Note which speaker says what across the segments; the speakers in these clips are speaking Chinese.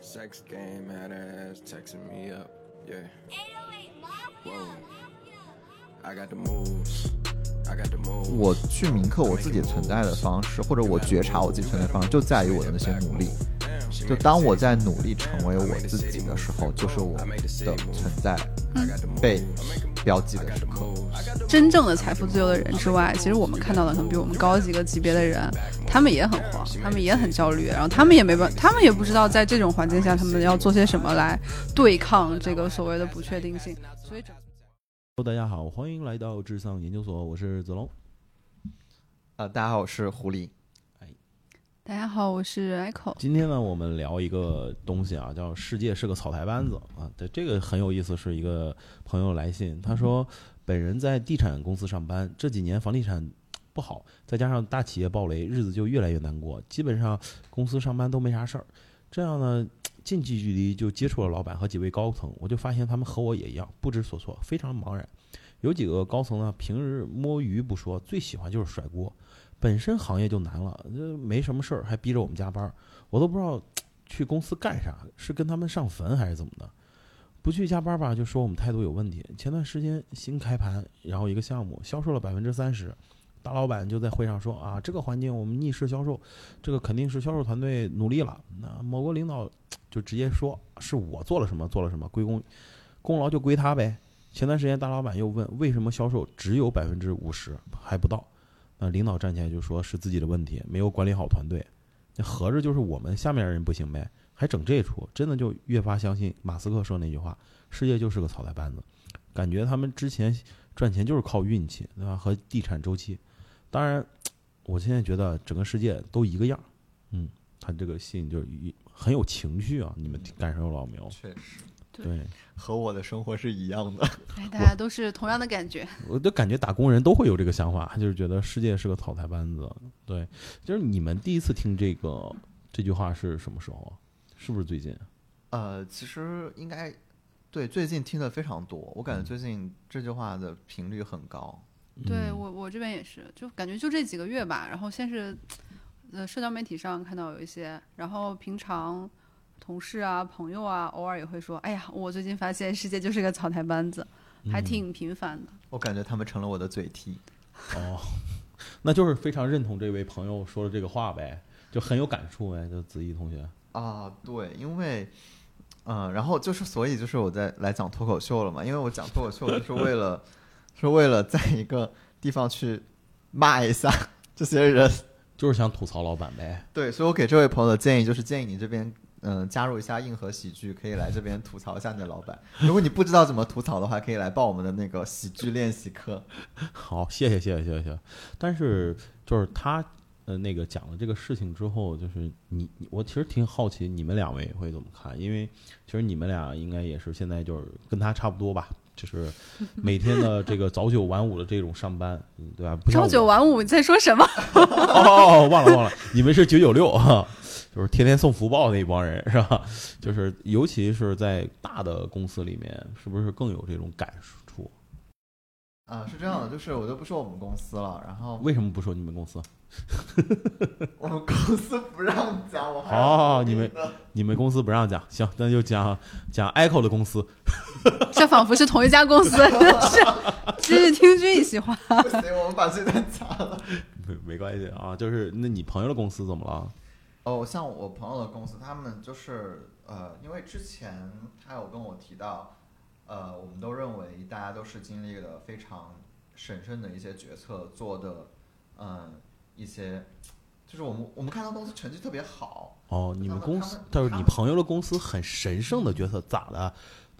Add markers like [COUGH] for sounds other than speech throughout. Speaker 1: Sex game had her ass texting me up. Yeah.
Speaker 2: 808 Mafia.
Speaker 1: I got the moves. I got the moves.
Speaker 3: 我去铭刻我自己存在的方式，或者我觉察我自己存在的方式，就在于我的那些努力。
Speaker 1: Damn, she
Speaker 3: 就
Speaker 1: made
Speaker 3: 当我在努力成为我自己的时候，就是我的存在被标记的时刻。
Speaker 4: 真正的财富自由的人之外，其实我们看到的可能比我们高几个级别的人，他们也很慌，他们也很焦虑，然后他们也没办，他们也不知道在这种环境下他们要做些什么来对抗这个所谓的不确定性。所以，
Speaker 5: Hello，大家好，欢迎来到智丧研究所，我是子龙。
Speaker 3: 呃，大家好，我是狐狸。
Speaker 4: 大家好，我是 Echo。
Speaker 5: 今天呢，我们聊一个东西啊，叫“世界是个草台班子”啊。对，这个很有意思，是一个朋友来信，他说本人在地产公司上班，这几年房地产不好，再加上大企业暴雷，日子就越来越难过，基本上公司上班都没啥事儿。这样呢，近距离就接触了老板和几位高层，我就发现他们和我也一样不知所措，非常茫然。有几个高层呢，平日摸鱼不说，最喜欢就是甩锅。本身行业就难了，这没什么事儿，还逼着我们加班儿，我都不知道去公司干啥，是跟他们上坟还是怎么的？不去加班吧，就说我们态度有问题。前段时间新开盘，然后一个项目销售了百分之三十，大老板就在会上说啊，这个环境我们逆势销售，这个肯定是销售团队努力了。那某个领导就直接说是我做了什么，做了什么，归功功劳就归他呗。前段时间大老板又问为什么销售只有百分之五十还不到，那领导站起来就说是自己的问题，没有管理好团队。那合着就是我们下面人不行呗，还整这出，真的就越发相信马斯克说那句话：世界就是个草台班子。感觉他们之前赚钱就是靠运气，对吧？和地产周期。当然，我现在觉得整个世界都一个样儿。嗯，他这个信就是一很有情绪啊，你们感受到没有？
Speaker 3: 嗯确实，
Speaker 5: 对，
Speaker 3: 和我的生活是一样的。
Speaker 4: 哎，大家都是同样的感觉。
Speaker 5: 我就感觉打工人都会有这个想法，就是觉得世界是个草台班子。对，就是你们第一次听这个这句话是什么时候啊？是不是最近？
Speaker 3: [LAUGHS] 呃，其实应该对最近听的非常多，我感觉最近这句话的频率很高。
Speaker 4: 对
Speaker 5: 嗯
Speaker 4: 我，我这边也是，就感觉就这几个月吧。然后先是，呃，社交媒体上看到有一些，然后平常同事啊、朋友啊，偶尔也会说：“哎呀，我最近发现世界就是个草台班子，
Speaker 5: 嗯
Speaker 4: 还挺频繁的。
Speaker 3: 我感觉他们成了我的嘴替。
Speaker 5: 哦，那就是非常认同这位朋友说的这个话呗，就很有感触呗，就子怡同学。
Speaker 3: 啊，对，因为，嗯、然后就是，所以就是我在来讲脱口秀了嘛，因为我讲脱口秀就是为了，是为了在一个地方去骂一下这些人。
Speaker 5: 就是想吐槽老板呗，
Speaker 3: [LAUGHS] 对，所以我给这位朋友的建议就是，建议你这边，嗯、加入一下硬核喜剧，可以来这边吐槽一下你的老板。如果你不知道怎么吐槽的话，可以来报我们的那个喜剧练习课。
Speaker 5: 好，谢谢，谢谢，谢谢。谢谢但是就是他呃那个讲了这个事情之后，就是你你我其实挺好奇你们两位会怎么看，因为其实你们俩应该也是现在就是跟他差不多吧，就是每天的这个早九晚五的这种上班，嗯对吧？不像
Speaker 4: 朝
Speaker 5: 我
Speaker 4: 九晚五，你在说什么？ [LAUGHS]
Speaker 5: 哦，忘了忘了，你们是九九六啊， [LAUGHS] 就是天天送福报那帮人是吧？ [LAUGHS] 就是尤其是在大的公司里面，是不是更有这种感触？
Speaker 3: 啊，是这样的，就是我就不说我们公司了，然后
Speaker 5: 为什么不说你们公司？
Speaker 3: 我们公司不让讲，我还要努
Speaker 5: 哦，
Speaker 3: 力
Speaker 5: 你们
Speaker 3: 呢
Speaker 5: 你们公司不让讲，行，那就讲讲 Echo 的公司。
Speaker 4: 这仿佛是同一家公司， [LAUGHS] 真的是知识听君一席话。
Speaker 3: [LAUGHS] 不行，我们把这段掐了。
Speaker 5: 没没关系啊，就是那你朋友的公司怎么了？
Speaker 3: 哦，像我朋友的公司，他们就是呃，因为之前他有跟我提到，呃，我们都认为大家都是经历了非常审慎的一些决策做的，嗯、一些就是我们我们看到公司成绩特别好，
Speaker 5: 哦，你们公司，
Speaker 3: 他
Speaker 5: 就
Speaker 3: 们
Speaker 5: 是你朋友的公司很神圣的角色，咋的？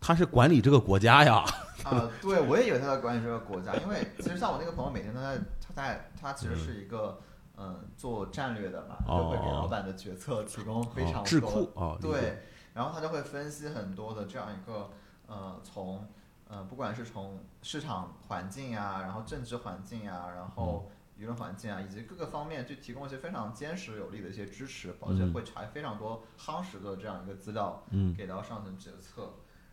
Speaker 5: 他是管理这个国家呀。
Speaker 3: 啊、对，我也以为他在管理这个国家，因为其实像我那个朋友，每天都在，他在，他其实是一个，嗯，做战略的嘛，就会给老板的决策提供非常
Speaker 5: 哦智
Speaker 3: 多
Speaker 5: 库哦理解
Speaker 3: 对，然后他就会分析很多的这样一个，呃，从，呃，不管是从市场环境啊，然后政治环境啊，然后
Speaker 5: 嗯
Speaker 3: 舆论环境啊，以及各个方面去提供一些非常坚实有力的一些支持，而且
Speaker 5: 嗯
Speaker 3: 会查非常多夯实的这样一个资料，
Speaker 5: 嗯
Speaker 3: 给到上层决策。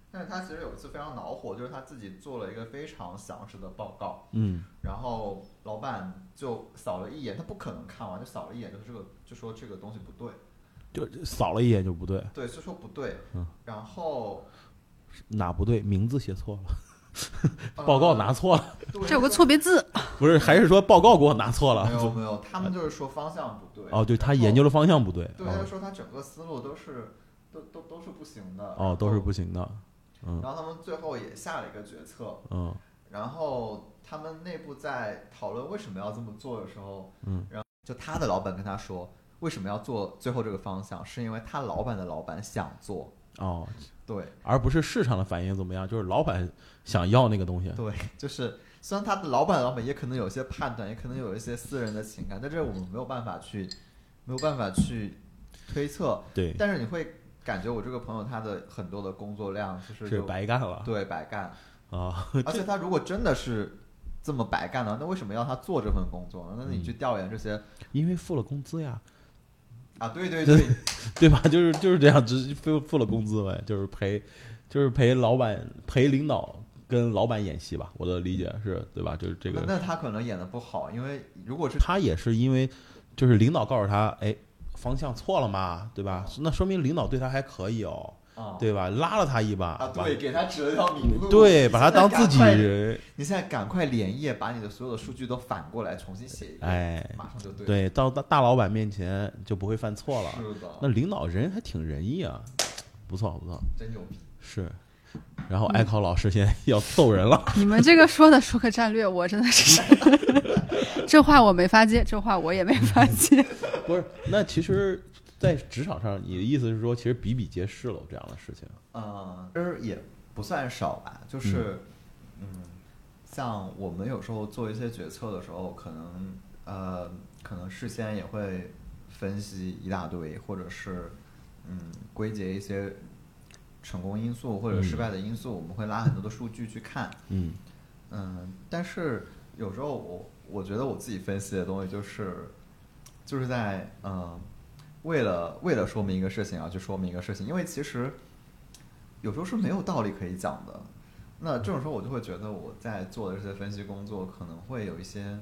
Speaker 3: 但是他其实有一次非常恼火，就是他自己做了一个非常详实的报告，
Speaker 5: 嗯
Speaker 3: 然后老板就扫了一眼，他不可能看完，就扫了一眼，就这个就说这个东西不对，
Speaker 5: 就扫了一眼就不对，
Speaker 3: 对，就说不对
Speaker 5: 嗯。
Speaker 3: 然后
Speaker 5: 哪不对？名字写错了，
Speaker 3: 呃
Speaker 5: 报告拿错了，
Speaker 3: 对
Speaker 4: 这有个错别字，
Speaker 5: 不是，还是说报告给我拿错
Speaker 3: 没有
Speaker 5: 了？
Speaker 3: 没有，他们就是说方向不对。
Speaker 5: 哦，对他
Speaker 3: 然后
Speaker 5: 研究的方向不对，
Speaker 3: 对，他就
Speaker 5: 哦
Speaker 3: 说他整个思路都是都都都是不行的。
Speaker 5: 哦，都是不行的，嗯
Speaker 3: 然后他们最后也下了一个决策，
Speaker 5: 嗯
Speaker 3: 然后他们内部在讨论为什么要这么做的时候，
Speaker 5: 嗯，
Speaker 3: 然后就他的老板跟他说，为什么要做最后这个方向，是因为他老板的老板想做。
Speaker 5: 哦，
Speaker 3: 对
Speaker 5: 而不是市场的反应怎么样，就是老板想要那个东西，
Speaker 3: 对，就是虽然他的老板老板也可能有一些判断，也可能有一些私人的情感，但这我们没有办法去没有办法去推测，
Speaker 5: 对，
Speaker 3: 但是你会感觉我这个朋友他的很多的工作量就是
Speaker 5: 是
Speaker 3: 就
Speaker 5: 白干了
Speaker 3: 对白干，
Speaker 5: [LAUGHS] 啊，
Speaker 3: 而且他如果真的是这么白干了，那为什么要他做这份工作呢？那你
Speaker 5: 嗯
Speaker 3: 去调研这些、
Speaker 5: 因为付了工资呀， [LAUGHS]
Speaker 3: 啊？对对对，
Speaker 5: 对吧？就是就是这样，只付付了工资呗，就是陪，就是陪老板陪领导跟老板演戏吧，我的理解是对吧？就是这
Speaker 3: 那
Speaker 5: 个，
Speaker 3: 那他可能演的不好，因为如果是
Speaker 5: 他也是因为就是领导告诉他，哎，方向错了嘛，对吧？那说明领导对他还可以哦，
Speaker 3: 啊
Speaker 5: 对吧？拉了他一把，
Speaker 3: 啊，
Speaker 5: 把
Speaker 3: 对，给他指了条明路，
Speaker 5: 对，把他当自己
Speaker 3: 你现在赶快
Speaker 5: 人，
Speaker 3: 你现在赶快连夜把你的所有的数据都反过来重新写一遍，
Speaker 5: 哎，
Speaker 3: 马上就对了。
Speaker 5: 对，到大大老板面前就不会犯错了。
Speaker 3: 是的，
Speaker 5: 那领导人还挺仁义啊，不错不错，
Speaker 3: 真牛逼。
Speaker 5: 是。然后艾考老师现在要揍人了，
Speaker 4: 你们这个说的说个战略，我真的是， [LAUGHS] 这话我没法接，这话我也没法接。
Speaker 5: [LAUGHS]
Speaker 4: [LAUGHS]
Speaker 5: 不是？那其实，在职场上，你的意思是说，其实比比皆是了这样的事情。
Speaker 3: 嗯，其实也不算少吧，就是，嗯，像我们有时候做一些决策的时候，可能呃，可能事先也会分析一大堆，或者是嗯，归结一些成功因素或者失败的因素，我们会拉很多的数据去看。
Speaker 5: 嗯
Speaker 3: 嗯，但是有时候我我觉得我自己分析的东西就是，就是在嗯、呃为了为了说明一个事情啊，去说明一个事情，因为其实有时候是没有道理可以讲的。那这种时候我就会觉得我在做的这些分析工作可能会有一些，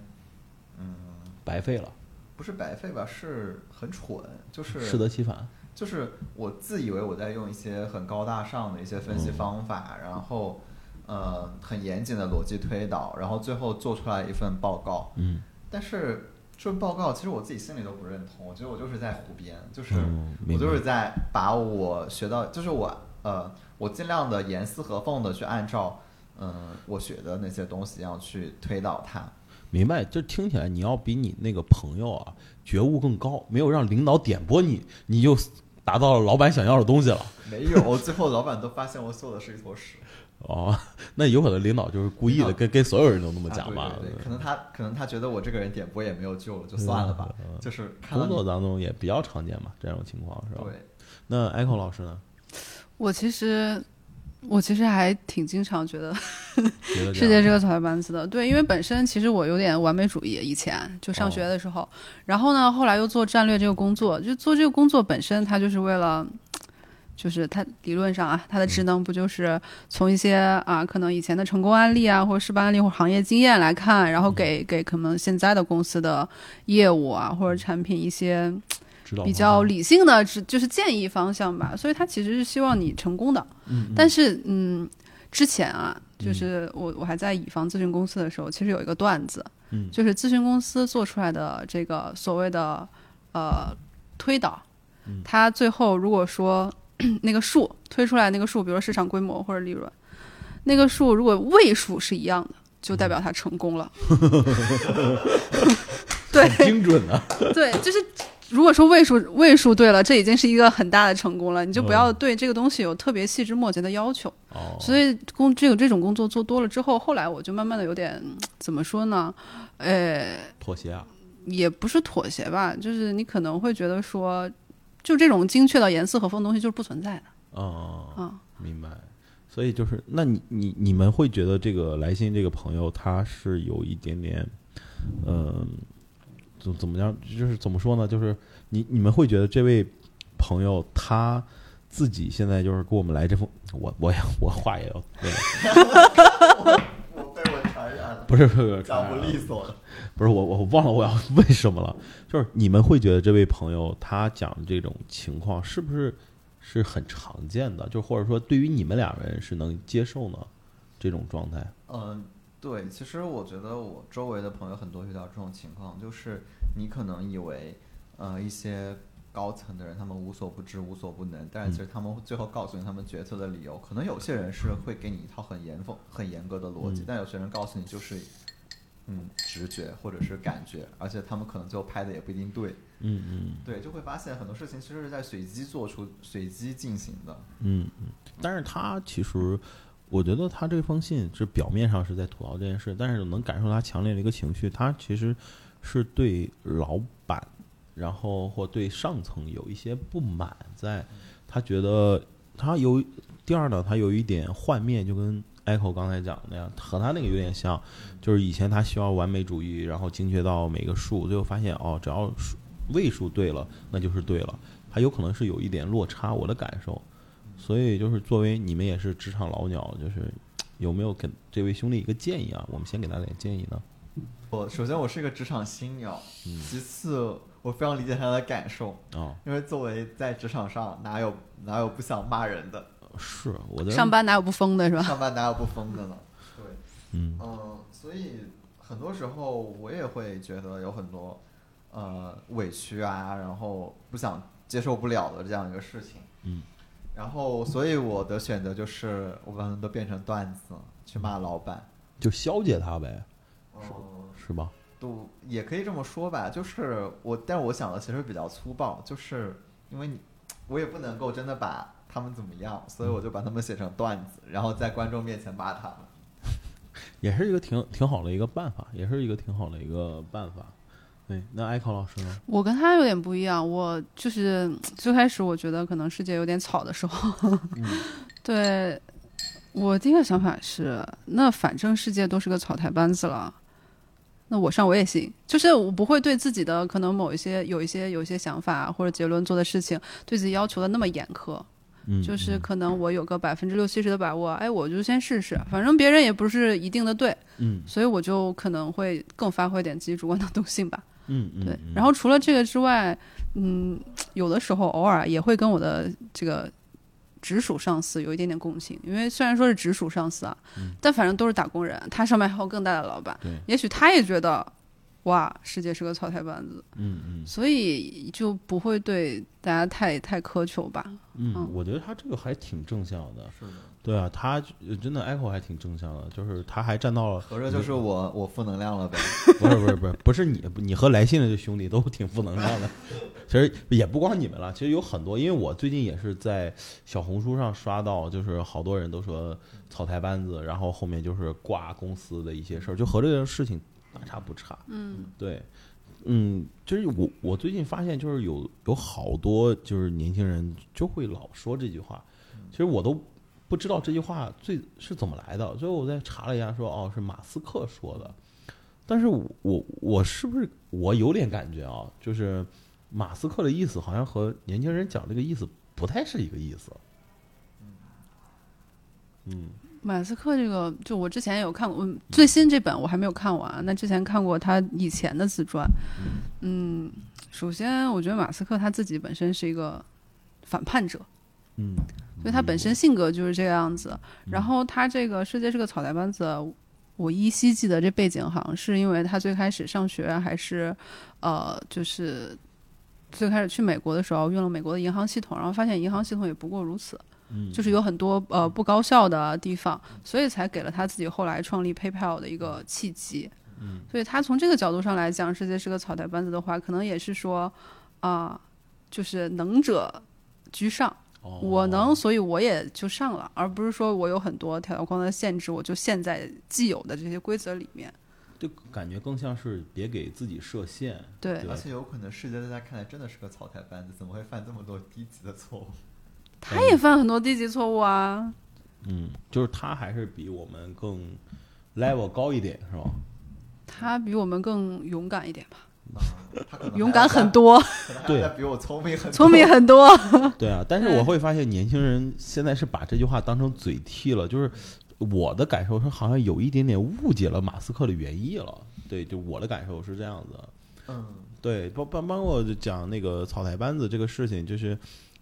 Speaker 3: 嗯，
Speaker 5: 白费了，
Speaker 3: 不是白费吧，是很蠢，就是
Speaker 5: 适得其反。
Speaker 3: 就是我自以为我在用一些很高大上的一些
Speaker 5: 嗯
Speaker 3: 分析方法，然后呃很严谨的逻辑推导，然后最后做出来一份报告。
Speaker 5: 嗯
Speaker 3: 但是这份报告其实我自己心里都不认同，我觉得我就是在胡编，就是、
Speaker 5: 嗯明
Speaker 3: 我
Speaker 5: 白
Speaker 3: 就是在把我学到，就是我呃我尽量的严丝合缝的去按照嗯、我学的那些东西要去推导它。
Speaker 5: 明白，就听起来你要比你那个朋友啊觉悟更高，没有让领导点拨你，你就达到了老板想要的东西了。
Speaker 3: 没 [LAUGHS] 有，最后老板都发现我做的是一坨屎。
Speaker 5: 哦，那有可能领导就是故意的
Speaker 3: 领导
Speaker 5: 跟跟所有人都那么讲吧？嗯
Speaker 3: 啊对对对可能他可能他觉得我这个人点播也没有救了，就算了吧。就是看到
Speaker 5: 嗯工
Speaker 3: 你
Speaker 5: 作当中也比较常见嘛，这种情况是吧？
Speaker 3: 对， [LAUGHS]
Speaker 5: 那 Echo 老师呢？
Speaker 4: 我其实，我其实还挺经常觉得
Speaker 5: 觉得
Speaker 4: 世界
Speaker 5: 这
Speaker 4: 这
Speaker 5: 样
Speaker 4: 个草台班子的，对，因为本身其实我有点完美主义，以前就上
Speaker 5: 哦
Speaker 4: 学的时候，然后呢，后来又做战略这个工作，就做这个工作本身，它就是为了。就是它理论上啊，它的
Speaker 5: 嗯
Speaker 4: 职能不就是从一些啊可能以前的成功案例啊，或者失败案例或者行业经验来看，然后
Speaker 5: 嗯
Speaker 4: 给给可能现在的公司的业务啊或者产品一些
Speaker 5: 指导
Speaker 4: 比
Speaker 5: 方
Speaker 4: 较
Speaker 5: 向
Speaker 4: 理性的，只就是建议方向吧。所以他其实是希望你成功的，
Speaker 5: 嗯
Speaker 4: 但是嗯，之前啊，就是我我还在乙方咨询公司的时候，其实有一个段子，
Speaker 5: 嗯
Speaker 4: 就是咨询公司做出来的这个所谓的呃推导，
Speaker 5: 嗯
Speaker 4: 它最后如果说 [CLEARS THROAT] 那个数推出来那个数，比如说市场规模或者利润，那个数如果位数是一样的，就
Speaker 5: 嗯
Speaker 4: 代表它成功
Speaker 5: [LAUGHS]
Speaker 4: 了。对，
Speaker 5: 精准的，
Speaker 4: [LAUGHS] 对，就是如果说位数位数对了，这已经是一个很大的成功了。你就不要对这个东西有特别细枝末节的要求。
Speaker 5: 哦，
Speaker 4: 所以工这个这种工作做多了之后，后来我就慢慢的有点嗯怎么说呢？呃，
Speaker 5: 妥协啊，
Speaker 4: 也不是妥协吧，就是你可能会觉得说，就这种精确到严丝合缝的东西就是不存在的。
Speaker 5: 哦，
Speaker 4: 嗯
Speaker 5: 明白。所以就是，那你你你们会觉得这个来信这个朋友他是有一点点，嗯、怎怎么样？就是怎么说呢？就是你你们会觉得这位朋友他自己现在就是给我们来这封，我我也我话也要那个
Speaker 3: 我被我传染了。
Speaker 5: 不是不是不是
Speaker 3: 脚不利索了。
Speaker 5: 不是我我我忘了我要 [LAUGHS] 问什么了，就是你们会觉得这位朋友他讲这种情况是不是是很常见的？就或者说对于你们俩人是能接受呢这种状态？
Speaker 3: 嗯，对，其实我觉得我周围的朋友很多遇到这种情况，就是你可能以为呃一些高层的人他们无所不知、无所不能，但是其
Speaker 5: 嗯
Speaker 3: 实他们最后告诉你他们决策的理由，可能有些人是会给你一套很严风、很严格的逻辑，
Speaker 5: 嗯
Speaker 3: 但有些人告诉你就是嗯直觉或者是感觉，而且他们可能最后拍的也不一定对，
Speaker 5: 嗯嗯
Speaker 3: 对，就会发现很多事情其实是在随机做出、随机进行的。
Speaker 5: 嗯嗯。但是他其实，我觉得他这封信是表面上是在吐槽这件事，但是能感受他强烈的一个情绪，他其实是对老板，然后或对上层有一些不满在，他觉得他有第二呢，他有一点幻灭，就跟 Echo 刚才讲的那样，和他那个有点像，就是以前他需要完美主义，然后精确到每个数，最后发现哦，只要数位数对了，那就是对了。他有可能是有一点落差，我的感受。所以就是作为你们也是职场老鸟，就是有没有给这位兄弟一个建议啊？我们先给他点建议呢。
Speaker 3: 我首先我是一个职场新鸟，其次我非常理解他的感受，
Speaker 5: 哦，
Speaker 3: 因为作为在职场上哪有哪有不想骂人的，
Speaker 5: 是我在
Speaker 4: 上，班哪有不疯的是吧？
Speaker 3: 上班哪有不疯的呢？对，
Speaker 5: 嗯
Speaker 3: 嗯，所以很多时候我也会觉得有很多呃委屈啊，然后不想接受不了的这样一个事情。
Speaker 5: 嗯，
Speaker 3: 然后所以我的选择就是我把它们都变成段子去骂老板。
Speaker 5: 就消解他呗，
Speaker 3: 嗯，
Speaker 5: 是吧？
Speaker 3: 都也可以这么说吧，就是我，但我想的其实比较粗暴，就是因为你，我也不能够真的把他们怎么样，所以我就把他们写成段子，然后在观众面前骂他们。
Speaker 5: 也是一个挺挺好的一个办法，也是一个挺好的一个办法。对，那艾考老师呢？
Speaker 4: 我跟他有点不一样，我就是最开始我觉得可能世界有点吵的时候，
Speaker 5: 嗯
Speaker 4: 对我第一个想法是，那反正世界都是个草台班子了，那我上我也行，就是我不会对自己的可能某一些有一些有一些想法啊或者结论做的事情，对自己要求的那么严苛，
Speaker 5: 嗯，
Speaker 4: 就是可能我有个百分之六七十的把握，哎，我就先试试，反正别人也不是一定的对，
Speaker 5: 嗯
Speaker 4: 所以我就可能会更发挥点自己主观能 [LAUGHS] 动性吧。
Speaker 5: 嗯嗯，
Speaker 4: 对
Speaker 5: 嗯，
Speaker 4: 然后除了这个之外，嗯，有的时候偶尔也会跟我的这个直属上司有一点点共情，因为虽然说是直属上司啊，但反正都是打工人，他上面还有更大的老板
Speaker 5: 嗯对，
Speaker 4: 也许他也觉得哇，世界是个草台班子，
Speaker 5: 嗯嗯。
Speaker 4: 所以就不会对大家太太苛求吧。
Speaker 5: 嗯
Speaker 4: 嗯，
Speaker 5: 我觉得他这个还挺正向的，
Speaker 3: 是的，
Speaker 5: 对啊，他呃真的 Echo 还挺正向的，就是他还站到了，
Speaker 3: 合着就是我我负能量了呗？
Speaker 5: 不是不是不是不是你你和来信的这兄弟都挺负能量的，其实也不光你们了，其实有很多，因为我最近也是在小红书上刷到，就是好多人都说草台班子，然后后面就是挂公司的一些事儿，就和这个事情大差不差，
Speaker 4: 嗯，
Speaker 5: 对，嗯，就是我我最近发现，就是有有好多就是年轻人就会老说这句话，
Speaker 4: 嗯
Speaker 5: 其实我都不知道这句话最是怎么来的，最后我再查了一下说，哦，是马斯克说的。但是我我我是不是我有点感觉啊，就是马斯克的意思好像和年轻人讲这个意思不太是一个意思。嗯
Speaker 4: 马斯克这个，就我之前有看过，嗯，最新这本我还没有看完。那之前看过他以前的自传，嗯，首先我觉得马斯克他自己本身是一个反叛者，
Speaker 5: 嗯，
Speaker 4: 所以他本身性格就是这个样子。然后他这个世界是个草台班子，我依稀记得这背景好像是因为他最开始上学还是，呃，就是最开始去美国的时候用了美国的银行系统，然后发现银行系统也不过如此，
Speaker 5: 嗯
Speaker 4: 就是有很多呃不高效的地方，所以才给了他自己后来创立 PayPal 的一个契机。
Speaker 5: 嗯，
Speaker 4: 所以他从这个角度上来讲，世界是个草台班子的话，可能也是说啊、就是能者居上。
Speaker 5: 哦
Speaker 4: 我能，所以我也就上了，而不是说我有很多条条框框的限制，我就陷在既有的这些规则里面。
Speaker 5: 就感觉更像是别给自己设限，
Speaker 4: 对
Speaker 5: 对
Speaker 3: 而且有可能世界在他看来真的是个草台班子，怎么会犯这么多低级的错误？
Speaker 4: 他也犯很多低级错误啊，
Speaker 5: 嗯，就是他还是比我们更 level 高一点，是吧？
Speaker 4: 他比我们更勇敢一点吧，
Speaker 3: 啊他可能还
Speaker 4: 勇敢
Speaker 3: 要在
Speaker 4: 很，多，
Speaker 3: 可能还
Speaker 5: 对
Speaker 3: 要在比我聪明很多
Speaker 4: 聪明。很多。
Speaker 5: 对啊，但是我会发现年轻人现在是把这句话当成嘴替了，就是我的感受是好像有一点点误解了马斯克的原意了。对，就我的感受是这样子。
Speaker 3: 嗯，
Speaker 5: 对，包包包括讲那个草台班子这个事情，就是，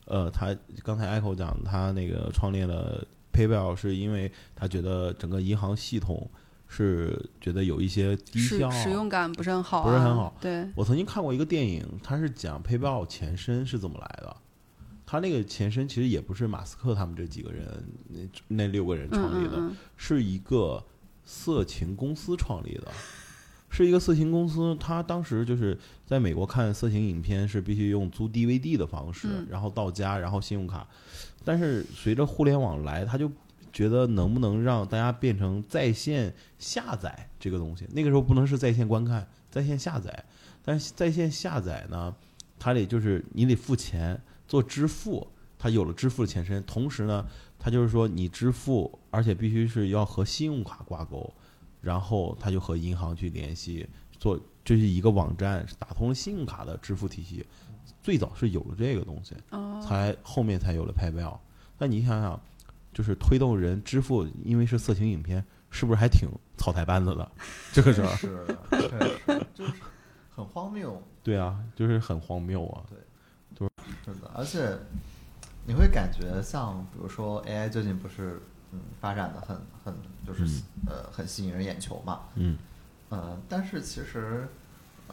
Speaker 5: 呃，他刚才 Echo 讲他那个创立了 PayPal，是因为他觉得整个银行系统是觉得有一些低
Speaker 4: 使
Speaker 5: 效。
Speaker 4: 使用感不是很好、啊，
Speaker 5: 不是很好。
Speaker 4: 对，
Speaker 5: 我曾经看过一个电影，它是讲 PayPal 前身是怎么来的。它那个前身其实也不是马斯克他们这几个人，那那六个人
Speaker 4: 嗯
Speaker 5: 创立
Speaker 4: 嗯
Speaker 5: 的，
Speaker 4: 嗯，
Speaker 5: 是一个色情公司创立的，是一个色情公司。它当时就是在美国看色情影片是必须用租 DVD 的方式，
Speaker 4: 嗯
Speaker 5: 然后到家，然后信用卡。但是随着互联网来，他就觉得能不能让大家变成在线下载这个东西？那个时候不能是在线观看，在线下载。但是在线下载呢，它得就是你得付钱做支付，它有了支付的前身，同时呢，它就是说你支付，而且必须是要和信用卡挂钩，然后它就和银行去联系，做这、是一个网站打通了信用卡的支付体系。最早是有了这个东西，
Speaker 4: 哦，
Speaker 5: 才后面才有了 PayPal。但你想想，就是推动人支付，因为是色情影片，是不是还挺草台班子的？ [LAUGHS] 这个事
Speaker 3: 确
Speaker 5: 儿，
Speaker 3: 实，确实，就是很荒谬，
Speaker 5: 对啊，就是很荒谬啊。
Speaker 3: 真的。而且你会感觉像，比如说 AI 最近不是嗯发展的很很就是、呃很吸引人眼球嘛，
Speaker 5: 嗯
Speaker 3: 呃，但是其实。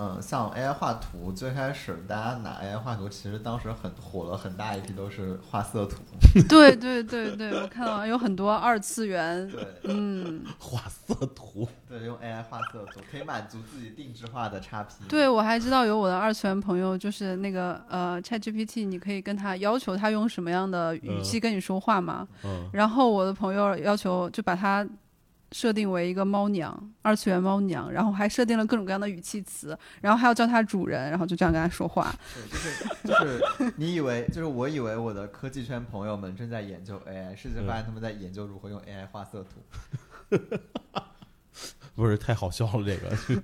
Speaker 3: 嗯，像 AI 画图，最开始大家拿 AI 画图，其实当时很火了，很大一批都是画色图。
Speaker 4: 嗯对对对对，我看到有很多二次元，
Speaker 3: 对，
Speaker 4: 嗯，
Speaker 5: 画色图，
Speaker 3: 对，用 AI 画色图可以满足自己定制化的叉 P。
Speaker 4: 对，我还知道有我的二次元朋友，就是那个呃 ChatGPT，你可以跟他要求他用什么样的语气跟你说话嘛。
Speaker 5: 嗯，
Speaker 4: 然后我的朋友要求就把他设定为一个猫娘，二次元猫娘，然后还设定了各种各样的语气词，然后还要叫他主人，然后就这样跟他说话。
Speaker 3: 对，就是就是，你以为就是我以为我的科技圈朋友们正在研究 AI，事实发现他们在研究如何用 AI 画色图。
Speaker 5: 不是太好笑了，这个 [LAUGHS]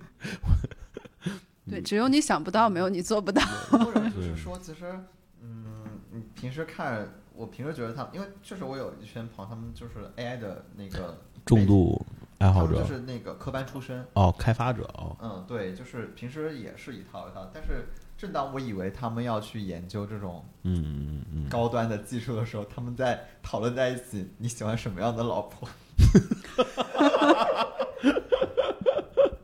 Speaker 5: 嗯
Speaker 4: 对，只有你想不到，没有你做不到。
Speaker 3: 或者就是说，其实，嗯，你平时看，我平时觉得他们，因为确实我有一群朋友，他们就是 AI 的那个
Speaker 5: 重，度爱
Speaker 3: 他
Speaker 5: 好
Speaker 3: 们
Speaker 5: 者
Speaker 3: 就是那个科班出身。
Speaker 5: 哦，开发者哦，
Speaker 3: 嗯，对，就是平时也是一套一套，但是正当我以为他们要去研究这种
Speaker 5: 嗯嗯嗯
Speaker 3: 高端的技术的时候，他们在讨论在一起你喜欢什么样的老婆。 [LAUGHS]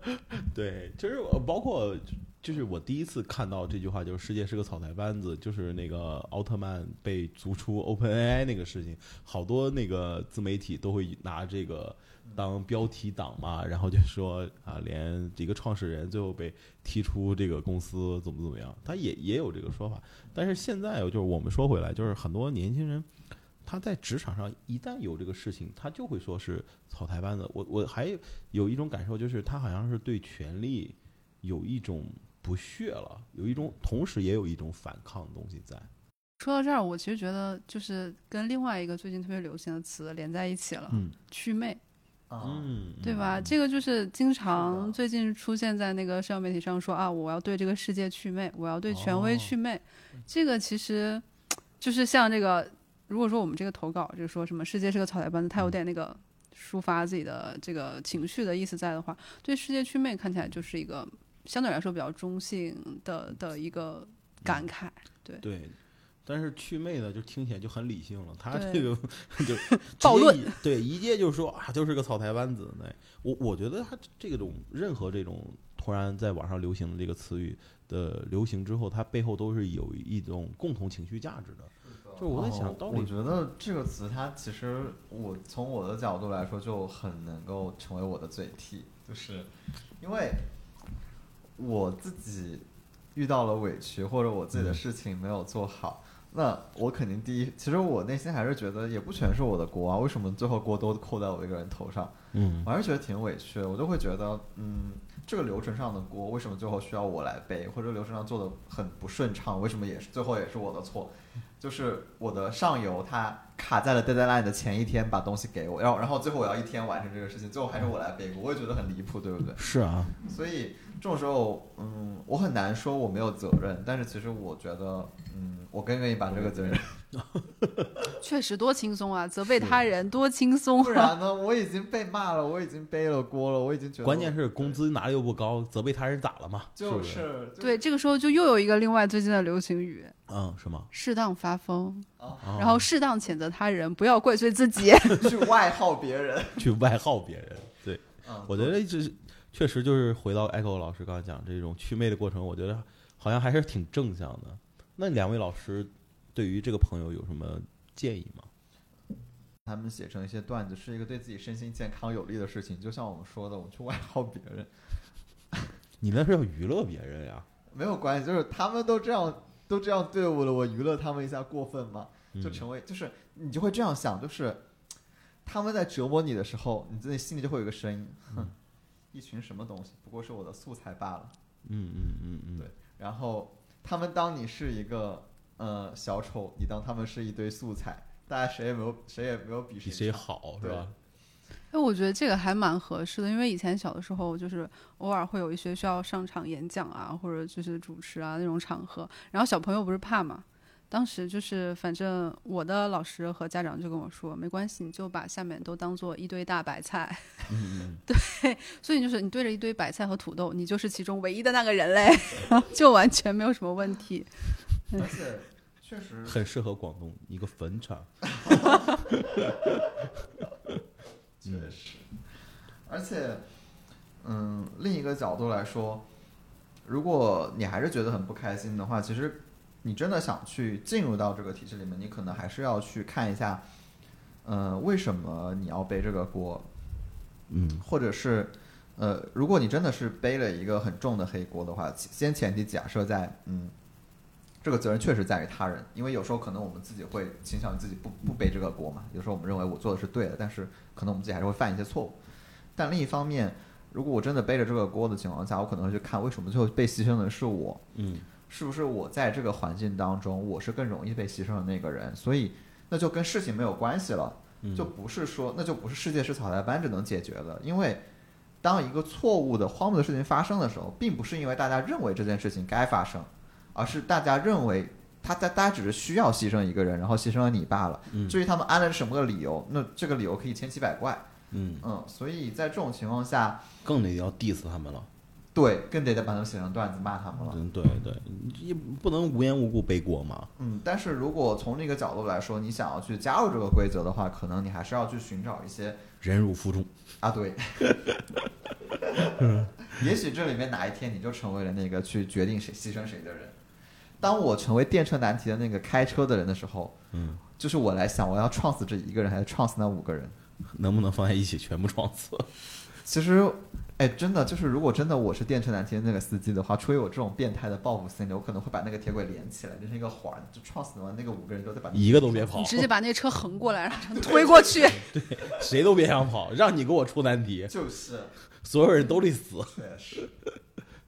Speaker 5: 嗯，对，就是我包括就是我第一次看到这句话，就是世界是个草台班子，就是那个奥特曼被逐出 OpenAI 那个事情，好多那个自媒体都会拿这个当标题党嘛，然后就说啊，连一个创始人最后被踢出这个公司怎么怎么样，他也也有这个说法。但是现在就是我们说回来，就是很多年轻人。他在职场上一旦有这个事情，他就会说是草台班子。我我还有一种感受，就是他好像是对权力有一种不屑了，有一种同时也有一种反抗的东西在。
Speaker 4: 说到这儿，我其实觉得就是跟另外一个最近特别流行的词连在一起了，
Speaker 5: 嗯
Speaker 4: 祛魅。
Speaker 3: 啊、
Speaker 5: 嗯，
Speaker 4: 对吧？这个就是
Speaker 3: 是
Speaker 4: 经常
Speaker 3: 的
Speaker 4: 最近出现在那个社交媒体上说啊，我要对这个世界祛魅，我要对权
Speaker 3: 哦
Speaker 4: 威祛魅。
Speaker 3: 嗯
Speaker 4: 这个其实就是像这个，如果说我们这个投稿就是说什么世界是个草台班子，它
Speaker 3: 嗯
Speaker 4: 有点那个抒发自己的这个情绪的意思在的话，对世界祛魅看起来就是一个相对来说比较中性的的一
Speaker 3: 嗯
Speaker 4: 个感慨。
Speaker 5: 对。但是祛魅呢，就听起来就很理性了。他
Speaker 4: 对
Speaker 5: 这个 [LAUGHS] 就直接
Speaker 4: [LAUGHS] 暴论
Speaker 5: 一，对，一介就说啊，就是个草台班子。对我，我觉得他这种任何这种突然在网上流行的这个词语的流行之后，它背后都是有一种共同情绪价值的。就是我在想
Speaker 3: 哦
Speaker 5: 到
Speaker 3: 我
Speaker 5: 底
Speaker 3: 觉得这个词它其实我从我的角度来说就很能够成为我的嘴替，就是因为我自己遇到了委屈或者我自己
Speaker 5: 嗯
Speaker 3: 的事情没有做好。那我肯定第一，其实我内心还是觉得也不全是我的锅啊，为什么最后锅都扣在我一个人头上？
Speaker 5: 嗯
Speaker 3: 我还是觉得挺委屈的，我就会觉得，嗯，这个流程上的锅为什么最后需要我来背，或者流程上做的很不顺畅，为什么也是最后也是我的错？就是我的上游他卡在了 deadline 的前一天把东西给我，然后然后最后我要一天完成这个事情，最后还是我来背锅，我也觉得很离谱，对不对？
Speaker 5: 是啊，
Speaker 3: 所以这种时候，嗯，我很难说我没有责任，但是其实我觉得，嗯，我更愿意把这个责任
Speaker 4: [LAUGHS]
Speaker 3: [LAUGHS]
Speaker 4: 确实多轻松啊！责备他人多轻松
Speaker 3: 不
Speaker 4: 啊！
Speaker 3: 然呢？我已经被骂了，我已经背了锅了，我已经觉得我
Speaker 5: 关键是工资拿的又不高，责备他人咋了嘛？
Speaker 3: 就是
Speaker 5: 不是？
Speaker 3: 是
Speaker 4: [LAUGHS] 对，这个时候就又有一个另外最近的流行语：
Speaker 5: 嗯，是吗？
Speaker 4: 适当发疯，
Speaker 3: 啊，
Speaker 5: 啊
Speaker 4: 然后适当谴责他人，不要怪罪自己。 [LAUGHS]
Speaker 3: 去外耗别人。
Speaker 5: 去外耗别人，对
Speaker 3: [LAUGHS] 嗯，
Speaker 5: 我觉得这是确实就是回到 Echo 老师刚才讲这种祛魅的过程，我觉得好像还是挺正向的。那两位老师对于这个朋友有什么建议吗？
Speaker 3: 他们写成一些段子，是一个对自己身心健康有利的事情。就像我们说的，我们去外耗别人
Speaker 5: 你那是要娱乐别人呀，
Speaker 3: 没有关系，就是他们都这样都这样对我了，我娱乐他们一下过分吗？就
Speaker 5: 嗯
Speaker 3: 成为就是你就会这样想，就是他们在折磨你的时候，你自己心里就会有一个声音，哼，一群什么东西，不过是我的素材罢了。
Speaker 5: 嗯嗯嗯嗯，
Speaker 3: 对然后他们当你是一个呃小丑，你当他们是一堆素材，大家谁也没有谁也没有比
Speaker 5: 比
Speaker 3: 谁
Speaker 5: 谁
Speaker 3: 差
Speaker 5: 好是吧？
Speaker 4: 哎，我觉得这个还蛮合适的，因为以前小的时候，就是偶尔会有一些需要上场演讲啊，或者就是主持啊那种场合，然后小朋友不是怕嘛。当时就是，反正我的老师和家长就跟我说，没关系，你就把下面都当做一堆大白菜， [LAUGHS]
Speaker 5: 嗯
Speaker 4: 所以就是你对着一堆白菜和土豆，你就是其中唯一的那个人类，就完全没有什么问题。
Speaker 3: 而且确实
Speaker 5: 嗯，很适合广东一个坟场。
Speaker 3: 确实，而且，嗯，另一个角度来说，如果你还是觉得很不开心的话，其实你真的想去进入到这个体系里面，你可能还是要去看一下，呃，为什么你要背这个锅，
Speaker 5: 嗯
Speaker 3: 或者是，呃，如果你真的是背了一个很重的黑锅的话，其先前提假设在，嗯，这个责任确实在于他人，因为有时候可能我们自己会倾向于自己不不背这个锅嘛，有时候我们认为我做的是对的，但是可能我们自己还是会犯一些错误。但另一方面，如果我真的背着这个锅的情况下，我可能会去看为什么最后被牺牲的是我，
Speaker 5: 嗯
Speaker 3: 是不是我在这个环境当中我是更容易被牺牲的那个人，所以那就跟事情没有关系了。
Speaker 5: 嗯，
Speaker 3: 就不是说那就不是世界是草台班就能解决的，因为当一个错误的荒谬的事情发生的时候，并不是因为大家认为这件事情该发生，而是大家认为他大大家只是需要牺牲一个人，然后牺牲了你罢了。
Speaker 5: 嗯
Speaker 3: 至于他们安了什么个理由，那这个理由可以千奇百怪。
Speaker 5: 嗯，
Speaker 3: 嗯，所以在这种情况下，
Speaker 5: 更得要 diss 他们了。
Speaker 3: 对，更得把他们写成段子骂他们了。
Speaker 5: 嗯，对对，也不能无缘无故背锅嘛。
Speaker 3: 嗯，但是如果从另一个角度来说，你想要去加入这个规则的话，可能你还是要去寻找一些
Speaker 5: 忍辱负重，
Speaker 3: 啊，对。
Speaker 5: 嗯
Speaker 3: [LAUGHS] 也许这里面哪一天你就成为了那个去决定谁牺牲谁的人。当我成为电车难题的那个开车的人的时候，
Speaker 5: 嗯，
Speaker 3: 就是我来想，我要撞死这一个人，还是撞死那五个人？
Speaker 5: 能不能放在一起全部撞死？
Speaker 3: 其实，哎，真的就是，如果真的我是电车难题的那个司机的话，出于我这种变态的报复心理，我可能会把那个铁轨连起来，变成一个环，就撞死完那个五个人之后，再把那个
Speaker 5: 一个都别跑
Speaker 4: 你，直接把那车横过来，然后推过去。
Speaker 5: 谁都别想跑，让你给我出难题，
Speaker 3: 就是，
Speaker 5: 所有人都得死。 [LAUGHS]
Speaker 3: 确实，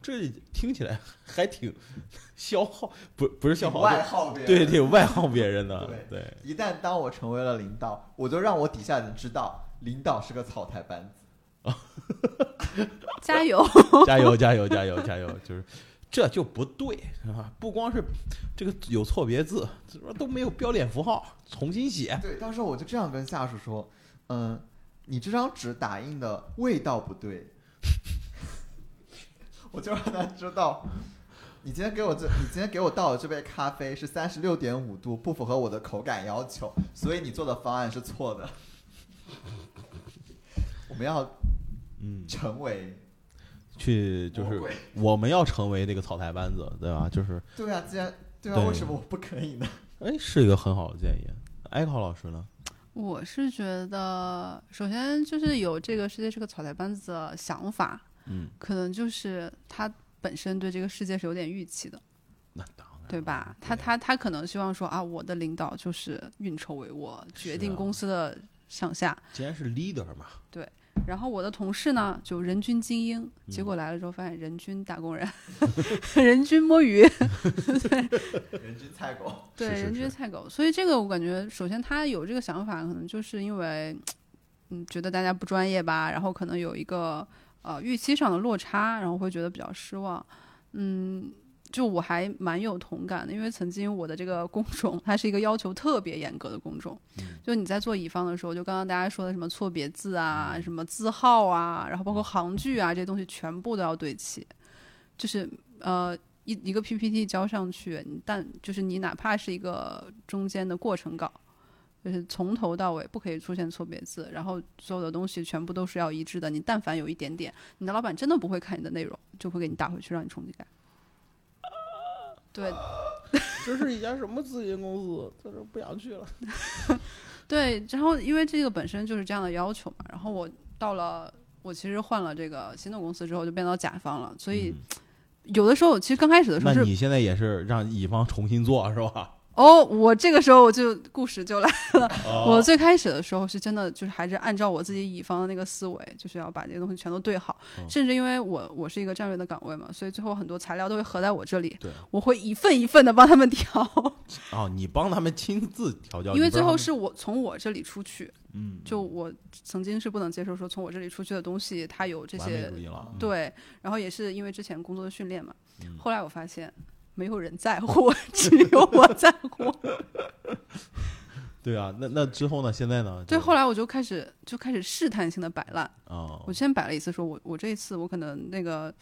Speaker 5: 这听起来还挺消耗，不不是消耗，
Speaker 3: 外号别人
Speaker 5: 对，挺外耗别人的。
Speaker 3: 对
Speaker 5: 对，
Speaker 3: 一旦当我成为了领导，我就让我底下人知道，领导是个草台班子。
Speaker 4: [LAUGHS] 加油！
Speaker 5: 加油加油加油加油！就是这就不对啊！不光是这个有错别字，这都没有标点符号，重新写。
Speaker 3: 对，到时候我就这样跟下属说，嗯，你这张纸打印的味道不对， [LAUGHS] 我就让他知道，你今天给我这，你今天给我倒的这杯咖啡是三十六点五度，不符合我的口感要求，所以你做的方案是错的。 [LAUGHS] 我们要
Speaker 5: 嗯，
Speaker 3: 成为
Speaker 5: 去就
Speaker 3: 魔
Speaker 5: 是
Speaker 3: 鬼
Speaker 5: 我们要成为那个草台班子，对吧？就是
Speaker 3: 对啊，既然对啊，
Speaker 5: 对
Speaker 3: 为什么我不可以呢？
Speaker 5: 哎，是一个很好的建议。艾考老师呢？
Speaker 4: 我是觉得，首先就是有这个世界是个草台班子的想法，
Speaker 5: 嗯，
Speaker 4: 可能就是他本身对这个世界是有点预期的，
Speaker 5: 那当然，
Speaker 4: 对吧？他他他可能希望说啊，我的领导就是运筹帷幄，决定公司的上下，
Speaker 5: 既然是 leader 嘛，
Speaker 4: 然后我的同事呢就人均精英，结果来了之后发现人均打工人， [LAUGHS] 人均摸鱼，
Speaker 3: 人均菜狗。
Speaker 4: 对，
Speaker 5: 是是
Speaker 4: 人
Speaker 5: 是
Speaker 4: 均菜狗。所以这个我感觉，首先他有这个想法，可能就是因为，嗯，觉得大家不专业吧，然后可能有一个呃预期上的落差，然后会觉得比较失望。嗯，就我还蛮有同感的，因为曾经我的这个工种，它是一个要求特别严格的工种。
Speaker 5: 嗯
Speaker 4: 就你在做乙方的时候，就刚刚大家说的什么错别字
Speaker 5: 嗯
Speaker 4: 啊、什么字号啊，然后包括行距啊这些东西，全部都要对齐。就是呃，一一个 PPT 交上去，你但就是你哪怕是一个中间的过程稿，就是从头到尾不可以出现错别字，然后所有的东西全部都是要一致的。你但凡有一点点，你的老板真的不会看你的内容，就会给你打回去，让你重新改。对
Speaker 2: [LAUGHS] 这是一家什么咨询公司？在这不想去了。
Speaker 4: 对，然后因为这个本身就是这样的要求嘛，然后我到了，我其实换了这个新的公司之后，就变到甲方了，所以有的时候其实刚开始的时
Speaker 5: 嗯那
Speaker 4: 候是
Speaker 5: 你现在也是让乙方重新做是吧？
Speaker 4: 哦，我这个时候我就故事就来。 [LAUGHS] 我
Speaker 5: 哦，
Speaker 4: 最开始的时候是真的，就是还是按照我自己乙方的那个思维，就是要把这些东西全都对好。
Speaker 5: 嗯
Speaker 4: 甚至因为我我是一个战略的岗位嘛，所以最后很多材料都会合在我这里
Speaker 5: 对，
Speaker 4: 我会一份一份的帮他们调，
Speaker 5: 哦，你帮他们亲自调教，
Speaker 4: 因为
Speaker 5: 你不
Speaker 4: 最
Speaker 5: 让
Speaker 4: 后
Speaker 5: 他们
Speaker 4: 是我从我这里出去，
Speaker 5: 嗯，
Speaker 4: 就我曾经是不能接受说从我这里出去的东西，它有这
Speaker 5: 完美
Speaker 4: 些
Speaker 5: 主义了，嗯，
Speaker 4: 对，然后也是因为之前工作的训练嘛，
Speaker 5: 嗯
Speaker 4: 后来我发现没有人在乎， [LAUGHS] 只有我在
Speaker 5: [LAUGHS]
Speaker 4: 乎。
Speaker 5: 对啊，那那之后呢？现在呢？
Speaker 4: 对，
Speaker 5: 就
Speaker 4: 后来我就开始就开始试探性的摆烂，
Speaker 5: 哦
Speaker 4: 我，先摆了一次，说我我这一次我可能那个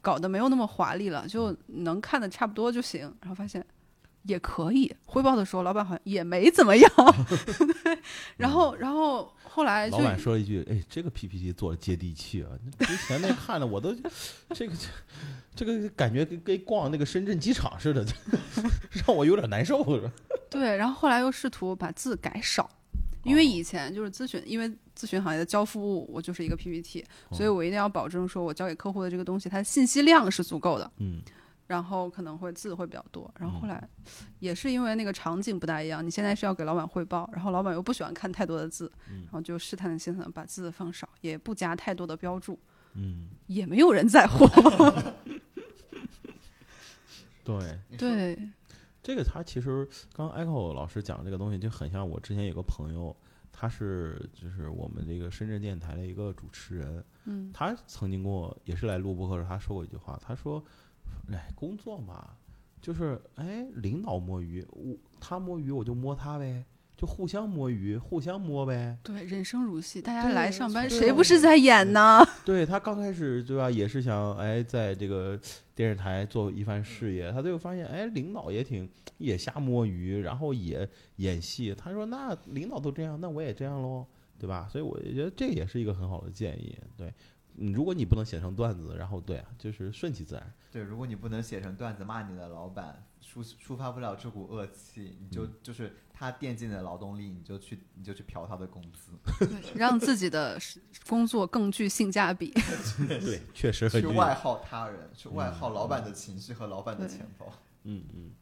Speaker 4: 搞得没有那么华丽了，就
Speaker 5: 嗯
Speaker 4: 能看的差不多就行。然后发现也可以，汇报的时候老板好像也没怎么样。 [LAUGHS] 然后然后后来就
Speaker 5: 嗯老板说了一句：“哎，这个 PPT 做的接地气啊！之前那看的我都，这个这个感觉跟跟逛那个深圳机场似的， [LAUGHS] 让我有点难受。
Speaker 4: 对，然后后来又试图把字改少，因
Speaker 5: 哦
Speaker 4: 为以前就是咨询，因为咨询行业的交付物我就是一个 PPT，所以
Speaker 5: 哦
Speaker 4: 我一定要保证说我交给客户的这个东西，它的信息量是足够的。
Speaker 5: 嗯，
Speaker 4: 然后可能会字会比较多。然后后
Speaker 5: 嗯
Speaker 4: 来也是因为那个场景不大一样，你现在是要给老板汇报，然后老板又不喜欢看太多的字，
Speaker 5: 嗯
Speaker 4: 然后就试探性的把字放少，也不加太多的标注，
Speaker 5: 嗯，
Speaker 4: 也没有人在
Speaker 5: [LAUGHS]
Speaker 4: 乎。
Speaker 5: 对，
Speaker 3: 你说
Speaker 4: 对，
Speaker 5: 这个他其实刚刚 Echo 老师讲这个东西就很像我之前有个朋友，他是就是我们这个深圳电台的一个主持人，
Speaker 4: 嗯，
Speaker 5: 他曾经跟我也是来录播客的时候，他说过一句话，他说：“哎，工作嘛，就是哎，领导摸鱼，我他摸鱼我就摸他呗，就互相摸鱼，互相摸呗。
Speaker 4: 对，人生如戏，大家
Speaker 2: 对
Speaker 4: 来上班，
Speaker 2: 对
Speaker 4: 谁不是在演呢？
Speaker 5: 对他刚开始对吧，也是想哎，在这个电视台做一番事业，他最后发现哎，领导也挺也瞎摸鱼，然后也演戏。他说那领导都这样，那我也这样喽，对吧？所以我觉得这也是一个很好的建议。对，嗯如果你不能写成段子，然后对啊，就是顺其自然。
Speaker 3: 对，如果你不能写成段子骂你的老板，抒抒发不了这股恶气，你
Speaker 5: 嗯
Speaker 3: 就就是他惦记你的劳动力，你就去你就去嫖他的工资，
Speaker 4: [LAUGHS] 让自己的工作更具性价比。
Speaker 5: [LAUGHS] 对，嗯确实很
Speaker 3: 去
Speaker 5: 具有
Speaker 3: 外耗他人，去外耗老板的情绪和老板的
Speaker 4: 对
Speaker 3: 钱包。
Speaker 5: 嗯嗯。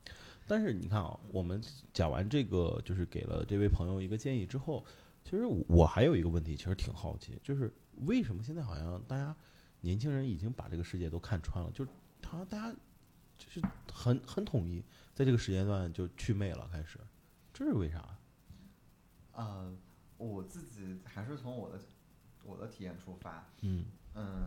Speaker 5: 但是你看啊，我们讲完这个，就是给了这位朋友一个建议之后，其实我我还有一个问题，其实挺好奇，就是为什么现在好像大家年轻人已经把这个世界都看穿了，就是好像大家就是很很统一，在这个时间段就祛魅了，开始，这是为啥？
Speaker 3: 呃，我自己还是从我的我的体验出发，
Speaker 5: 嗯
Speaker 3: 嗯，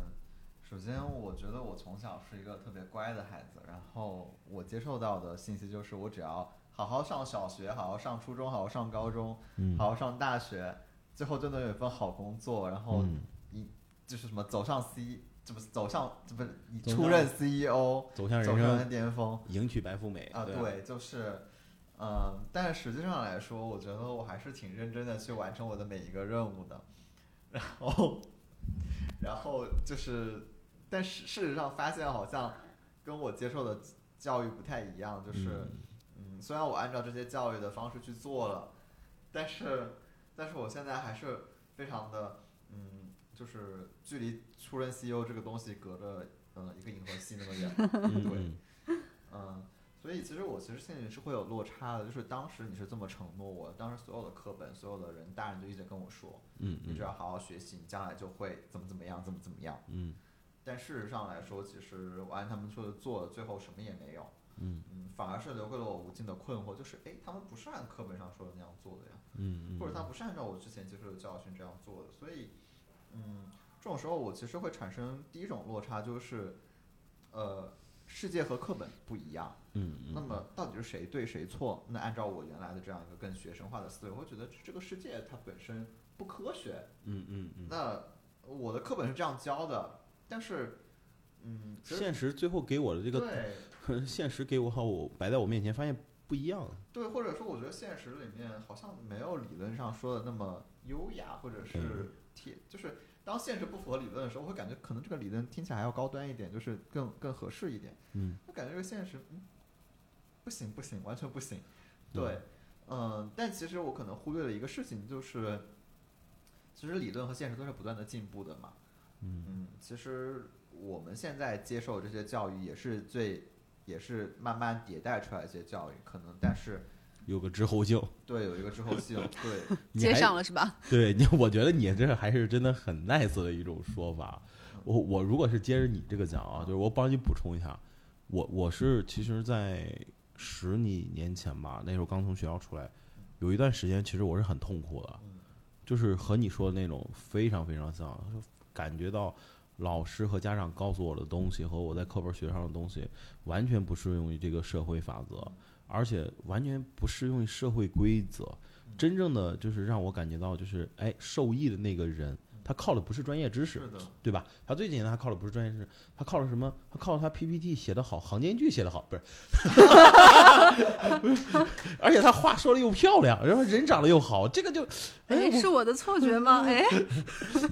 Speaker 3: 首先我觉得我从小是一个特别乖的孩子，然后我接受到的信息就是我只要好好上小学，好好上初中，好好上高中，
Speaker 5: 嗯
Speaker 3: 好好上大学，最后就能有一份好工作，然后
Speaker 5: 嗯，
Speaker 3: 就是什么走上 C，这不是走上这不是你
Speaker 5: 走
Speaker 3: 出
Speaker 5: 上
Speaker 3: 任 CEO，
Speaker 5: 走向
Speaker 3: 走
Speaker 5: 人
Speaker 3: 上
Speaker 5: 生，
Speaker 3: 巅峰
Speaker 5: 迎娶白富美
Speaker 3: 啊，
Speaker 5: 吧
Speaker 3: 对，就是。嗯，但实际上来说，我觉得我还是挺认真的去完成我的每一个任务的，然后，然后就是，但是事实上发现好像跟我接受的教育不太一样，就是，嗯，虽然我按照这些教育的方式去做了，但是，但是我现在还是非常的，嗯，就是距离出任 CEO 这个东西隔着，嗯，一个银河系那么远，
Speaker 5: 嗯
Speaker 3: 对
Speaker 5: 嗯
Speaker 3: 嗯，所以其实我其实心里是会有落差的，就是当时你是这么承诺我，当时所有的课本、所有的人、大人就一直跟我说，
Speaker 5: 嗯
Speaker 3: 你只
Speaker 5: 嗯
Speaker 3: 要好好学习，你将来就会怎么怎么样，怎么怎么样。
Speaker 5: 嗯
Speaker 3: 但事实上来说，其实我按他们说的做，最后什么也没有，
Speaker 5: 嗯
Speaker 3: 嗯，反而是留给了我无尽的困惑，就是哎，诶他们不是按课本上说的那样做的呀，
Speaker 5: 嗯，
Speaker 3: 或者他不是按照我之前接受的教训这样做的，所以，嗯，这种时候我其实会产生第一种落差，就是，呃，世界和课本不一样。
Speaker 5: 嗯嗯，
Speaker 3: 那么到底是谁对谁错？那按照我原来的这样一个更学生化的思维，我会觉得这个世界它本身不科学。
Speaker 5: 嗯嗯嗯，
Speaker 3: 那我的课本是这样教的，但是，嗯，其实
Speaker 5: 现实最后给我的这个
Speaker 3: 对
Speaker 5: [LAUGHS] 现实给我好，我摆在我面前发现不一样。
Speaker 3: 对，或者说我觉得现实里面好像没有理论上说的那么优雅，或者是
Speaker 5: 嗯
Speaker 3: 贴，就是当现实不符合理论的时候，我会感觉可能这个理论听起来还要高端一点，就是更更合适一点。
Speaker 5: 嗯，
Speaker 3: 我感觉这个现实，嗯，不行不行，完全不行。对，嗯、但其实我可能忽略了一个事情，就是其实理论和现实都是不断的进步的嘛。
Speaker 5: 嗯
Speaker 3: 嗯，其实我们现在接受这些教育也是最，也是慢慢迭代出来的一些教育，可能但是
Speaker 5: 有个滞后性。
Speaker 3: 对有一个滞后性，对，
Speaker 5: 你
Speaker 4: 接
Speaker 5: 还
Speaker 4: 上了是吧？
Speaker 5: 对你，我觉得你这还是真的很 nice 的一种说法。我我如果是接着你这个讲啊，就是我帮你补充一下，我我是其实，在十几年前吧，那时候刚从学校出来，有一段时间其实我是很痛苦的，就是和你说的那种非常非常像，就感觉到老师和家长告诉我的东西和我在课本学上的东西完全不适用于这个社会法则，而且完全不适用于社会规则。真正的就是让我感觉到，就是哎，受益的那个人，他靠的不是专业知识
Speaker 3: 是，的，
Speaker 5: 对吧？他最简单，他靠的不是专业知识，他靠的什么？他靠的他 PPT 写的好，行间距写的好，不是， [LAUGHS] 而且他话说的又漂亮，然后人长得又好，这个就
Speaker 4: 哎，是我的错觉吗？哎，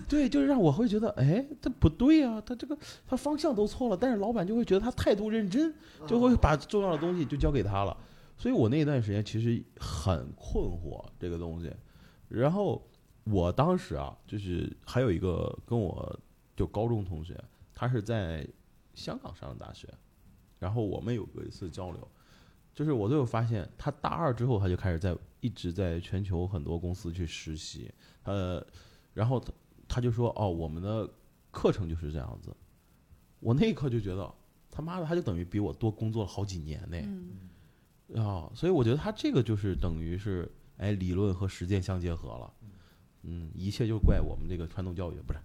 Speaker 5: 对，就是让我会觉得，哎，他不对啊，他这个他方向都错了，但是老板就会觉得他态度认真，就
Speaker 3: 嗯
Speaker 5: 会把重要的东西就交给他了。所以我那段时间其实很困惑这个东西。然后我当时啊，就是还有一个跟我就高中同学，他是在香港上的大学，然后我们有过一次交流，就是我最后发现他大二之后他就开始在一直在全球很多公司去实习，呃，然后他他就说哦，我们的课程就是这样子。我那一刻就觉得他妈的，他就等于比我多工作了好几年呢。
Speaker 4: 嗯
Speaker 5: 啊，所以我觉得他这个就是等于是哎，理论和实践相结合了。嗯，一切就怪我们这个传统教育，
Speaker 3: [LAUGHS]
Speaker 5: 不是？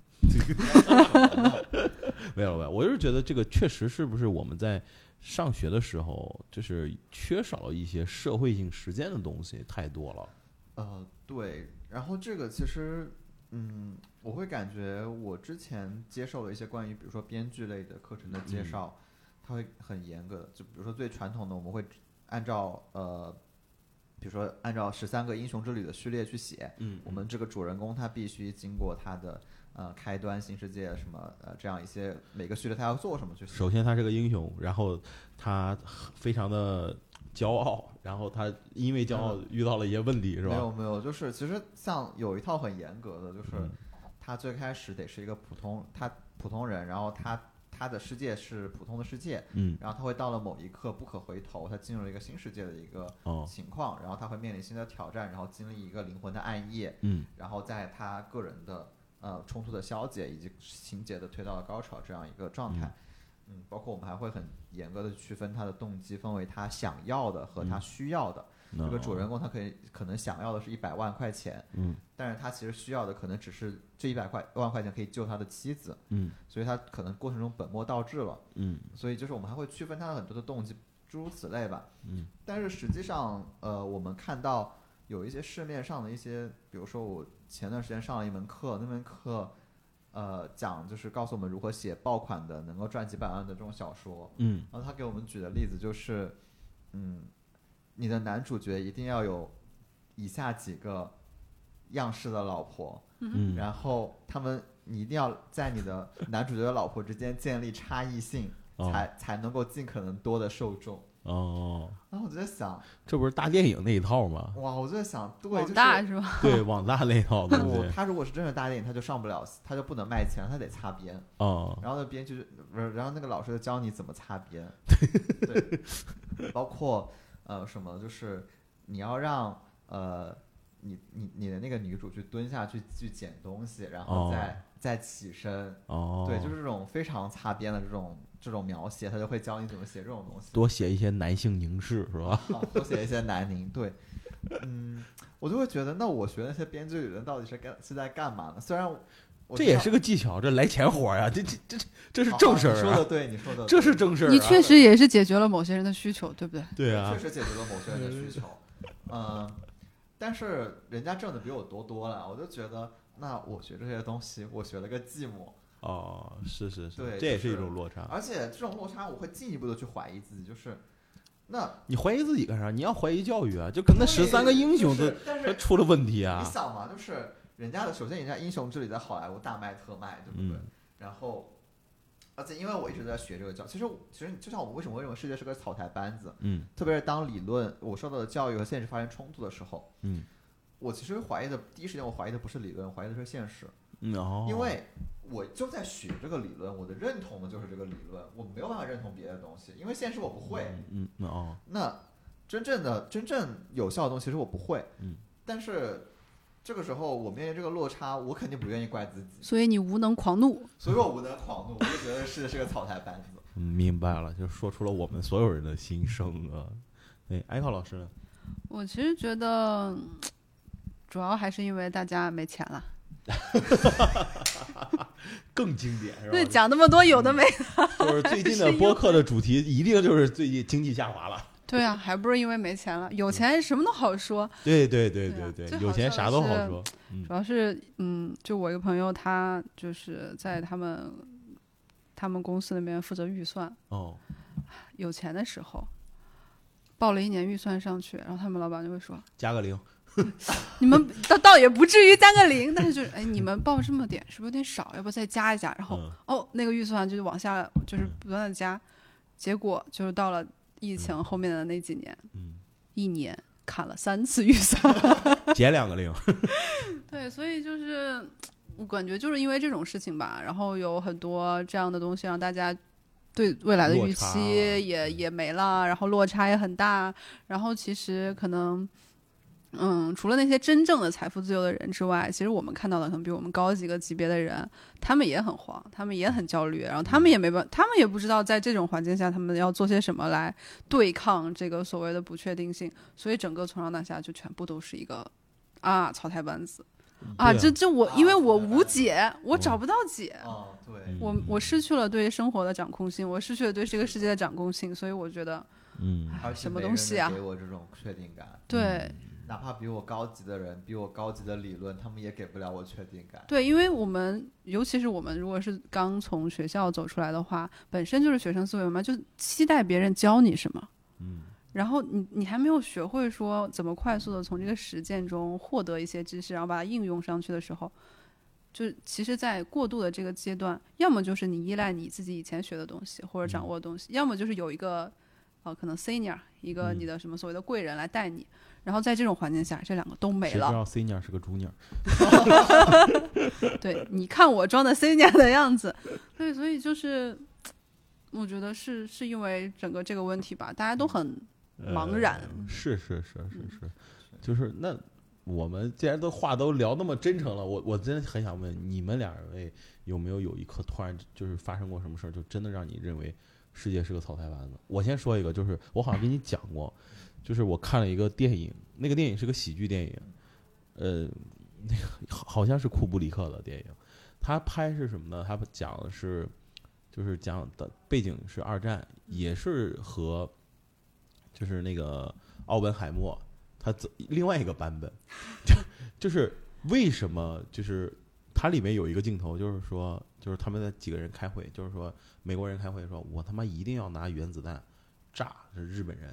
Speaker 5: [LAUGHS] 没有没有，我就是觉得这个确实是不是我们在上学的时候，就是缺少了一些社会性实践的东西太多了。
Speaker 3: 呃，对，然后这个其实，嗯，我会感觉我之前接受了一些关于比如说编剧类的课程的介
Speaker 5: 嗯
Speaker 3: 绍，它会很严格的，就比如说最传统的，我们会按照呃，比如说按照十三个英雄之旅的序列去写，
Speaker 5: 嗯
Speaker 3: 我们这个主人公他必须经过他的呃开端、新世界什么呃这样一些每个序列他要做什么去写，
Speaker 5: 首先他是个英雄，然后他非常的骄傲，然后他因为骄傲遇到了一些问题，是
Speaker 3: 没
Speaker 5: 吧？
Speaker 3: 有没有，就是其实像有一套很严格的，就是
Speaker 5: 嗯
Speaker 3: 他最开始得是一个普通他普通人，然后他他的世界是普通的世界，
Speaker 5: 嗯，
Speaker 3: 然后他会到了某一刻不可回头，他进入了一个新世界的一个
Speaker 5: 哦，
Speaker 3: 情况，然后他会面临新的挑战，然后经历一个灵魂的暗夜，
Speaker 5: 嗯
Speaker 3: 然后在他个人的呃冲突的消解以及情节的推到了高潮这样一个状态。嗯包括我们还会很严格的区分他的动机，分为他想要的和他
Speaker 5: 嗯
Speaker 3: 需要的。
Speaker 5: 那
Speaker 3: 这个主人公他可以可能想要的是一百万块钱，
Speaker 5: 嗯
Speaker 3: 但是他其实需要的可能只是这一百块万块钱可以救他的妻子，
Speaker 5: 嗯
Speaker 3: 所以他可能过程中本末倒置了。
Speaker 5: 嗯
Speaker 3: 所以就是我们还会区分他的很多的动机，诸如此类吧。
Speaker 5: 嗯，
Speaker 3: 但是实际上，呃，我们看到有一些市面上的一些，比如说我前段时间上了一门课，那门课，呃，讲就是告诉我们如何写爆款的能够赚几百万的这种小说。
Speaker 5: 嗯
Speaker 3: 然后他给我们举的例子就是，嗯，你的男主角一定要有以下几个样式的老婆，
Speaker 5: 嗯
Speaker 3: 然后他们你一定要在你的男主角的老婆之间建立差异性，
Speaker 5: 哦
Speaker 3: 才才能够尽可能多的受众。
Speaker 5: 哦，
Speaker 3: 然后我就在想，
Speaker 5: 这不是大电影那一
Speaker 3: [LAUGHS]
Speaker 5: 套吗？
Speaker 3: 哇，我就在想，对，就
Speaker 4: 广
Speaker 3: 是
Speaker 4: 大是吧？
Speaker 5: 对，网大那一套
Speaker 3: [LAUGHS]
Speaker 5: 东
Speaker 3: 不
Speaker 5: 西。
Speaker 3: 他如果是真的大电影，他就上不了，他就不能卖钱，他得擦边。
Speaker 5: 哦，
Speaker 3: 然后那编剧就不是，然后那个老师就教你怎么擦
Speaker 5: [LAUGHS]
Speaker 3: 边，对，包括呃什么，就是你要让呃你你你的那个女主去蹲下去去捡东西，然后
Speaker 5: 哦
Speaker 3: 再、再起身，
Speaker 5: 哦，
Speaker 3: 对，就是这种非常擦边的这种这种描写，他就会教你怎么写这种
Speaker 5: [LAUGHS]
Speaker 3: 东西。
Speaker 5: 多写一些男性凝视，是吧？
Speaker 3: 啊，多写一些南宁。对，嗯，我就会觉得，那我学那些编剧理论到底是干是在干嘛呢？虽然我知
Speaker 5: 这也
Speaker 3: 道哦
Speaker 5: 是个技巧，这来钱活呀、这这这这是正事
Speaker 3: 你
Speaker 5: 儿
Speaker 3: 说
Speaker 5: 啊
Speaker 3: 的，对，你说的
Speaker 5: [LAUGHS] 这
Speaker 3: 对
Speaker 5: 是正事儿、啊。
Speaker 4: 你确实也是解决了某些人的需求，对不对？
Speaker 5: 对啊
Speaker 3: 确，实解决了某些人的需求。嗯，但是人家挣的比我多多了，我就觉得那我学这些东西，我学了个寂寞，
Speaker 5: 哦，是是是，
Speaker 3: 对
Speaker 5: 这也
Speaker 3: 就是是啊
Speaker 5: 一种落差。
Speaker 3: 而且这种落差我会进一步的去怀疑自己，就是那
Speaker 5: 你怀疑自己干啥？你要怀疑教育啊，就跟那十三个英雄
Speaker 3: 对就
Speaker 5: 都
Speaker 3: 是但
Speaker 5: 都
Speaker 3: 是
Speaker 5: 出了问题
Speaker 3: 你
Speaker 5: 啊。
Speaker 3: 想嘛，就是人家的首先人家英雄之旅在好莱坞大卖特卖，对不对？
Speaker 5: 嗯
Speaker 3: 然后。而且因为我一直在学这个教，其实我其实就像我们为什么会认为世界是个草台班子，
Speaker 5: 嗯
Speaker 3: 特别是当理论我受到的教育和现实发生冲突的时候，
Speaker 5: 嗯
Speaker 3: 我其实怀疑的第一时间我怀疑的不是理论，我怀疑的是现实。
Speaker 5: 嗯，哦，
Speaker 3: 因为我就在学这个理论，我的认同的就是这个理论，我没有办法认同别的东西，因为现实我不会。
Speaker 5: 嗯嗯哦，
Speaker 3: 那真正的真正有效的东西，其实我不会。
Speaker 5: 嗯，
Speaker 3: 但是这个时候我面临这个落差，我肯定不愿意怪自己，
Speaker 4: 所以你无能狂怒，
Speaker 3: 所以我无能狂怒，我就觉得是是个草台班
Speaker 4: [LAUGHS]
Speaker 3: 子。
Speaker 5: 嗯明白了，就说出了我们所有人的心声啊。哎，艾考老师呢？
Speaker 4: 我其实觉得，嗯主要还是因为大家没钱了。
Speaker 5: 更经典是吧？
Speaker 4: 对，讲那么多有的没。 [LAUGHS]
Speaker 5: 就是最近的播客的主题一定就是最近经济下滑了。
Speaker 4: 对啊，还不是因为没钱了，有钱什么都好说。
Speaker 5: [LAUGHS] 对对对
Speaker 4: 对啊
Speaker 5: 对
Speaker 4: 最
Speaker 5: 有
Speaker 4: 好
Speaker 5: 钱
Speaker 4: 笑
Speaker 5: 啥
Speaker 4: 的
Speaker 5: 都好
Speaker 4: 是
Speaker 5: 说。
Speaker 4: 主要是，嗯，就我一个朋友，他就是在他们他们公司那边负责预算，
Speaker 5: 哦，
Speaker 4: 有钱的时候。报了一年预算上去，然后他们老板就会说
Speaker 5: 加个零。：“
Speaker 4: [LAUGHS] 你们倒倒也不至于加个零，但是就是哎，你们报这么点是不是有点少？要不再加一加？”然后
Speaker 5: 嗯
Speaker 4: 哦，那个预算就是往下，就是
Speaker 5: 嗯
Speaker 4: 不断的加，结果就是到了疫情后面的那几年，
Speaker 5: 嗯，
Speaker 4: 一年砍了三次预算。
Speaker 5: 减两个
Speaker 4: 啊
Speaker 5: 零。
Speaker 4: 对，所以就是我感觉就是因为这种事情吧，然后有很多这样的东西让大家。对未来的
Speaker 5: 落
Speaker 4: 预
Speaker 5: 差啊嗯
Speaker 4: 期也也没了，然后落差也很大，然后其实可能，嗯，除了那些真正的财富自由的人之外，其实我们看到的可能比我们高几个级别的人，他们也很慌，他们也很焦虑，然后他
Speaker 5: 嗯
Speaker 4: 们也没办，他们也不知道在这种环境下他们要做些什么来对抗这个所谓的不确定性，所以整个从上到下就全部都是一个啊草台班子啊，
Speaker 5: 对啊
Speaker 4: 这这我
Speaker 3: 啊
Speaker 4: 因为我
Speaker 3: 草台班
Speaker 4: 无
Speaker 3: 子
Speaker 4: 解，我找不到解。
Speaker 3: 哦，对
Speaker 5: 嗯，
Speaker 4: 我我失去了对生活的掌控性，我失去了对这个世界的掌控性，所以我觉得
Speaker 5: 嗯，
Speaker 3: 而且
Speaker 4: 什么
Speaker 3: 没
Speaker 4: 东
Speaker 3: 人
Speaker 4: 西
Speaker 3: 能
Speaker 4: 啊
Speaker 3: 给我这种确定感，
Speaker 4: 对
Speaker 3: 哪怕比我高级的人，比我高级的理论，他们也给不了我确定感。
Speaker 4: 对，因为我们尤其是我们如果是刚从学校走出来的话，本身就是学生思维嘛，就期待别人教你什么，
Speaker 5: 嗯，
Speaker 4: 然后你你还没有学会说怎么快速的从这个实践中获得一些知识，然后把它应用上去的时候，就其实，在过渡的这个阶段，要么就是你依赖你自己以前学的东西或者
Speaker 5: 嗯
Speaker 4: 掌握的东西，要么就是有一个呃可能 senior 一个
Speaker 5: 嗯
Speaker 4: 你的什么所谓的贵人来带你，然后在这种环境下，这两个都没
Speaker 5: 谁知
Speaker 4: 了。
Speaker 5: 道 senior 是个 junior？
Speaker 4: 对，你看我装的 senior 的样子，对，所以就是，我觉得是是因为整个这个问题吧，大家都很茫然
Speaker 5: 呃是是是是是，就是那我们既然都话都聊那么真诚了，我我真的很想问你们两位有没有有一刻突然就是发生过什么事儿，就真的让你认为世界是个草台班子？我先说一个，就是我好像跟你讲过，就是我看了一个电影，那个电影是个喜剧电影，呃，那个好好像是库布里克的电影，他拍是什么呢？他讲的是。就是讲的背景是二战，也是和就是那个奥本海默，他走另外一个版本， [LAUGHS] 就就是为什么就是它里面有一个镜头，就是说就是他们的几个人开会，就是说美国人开会说，我他妈一定要拿原子弹炸这日本人，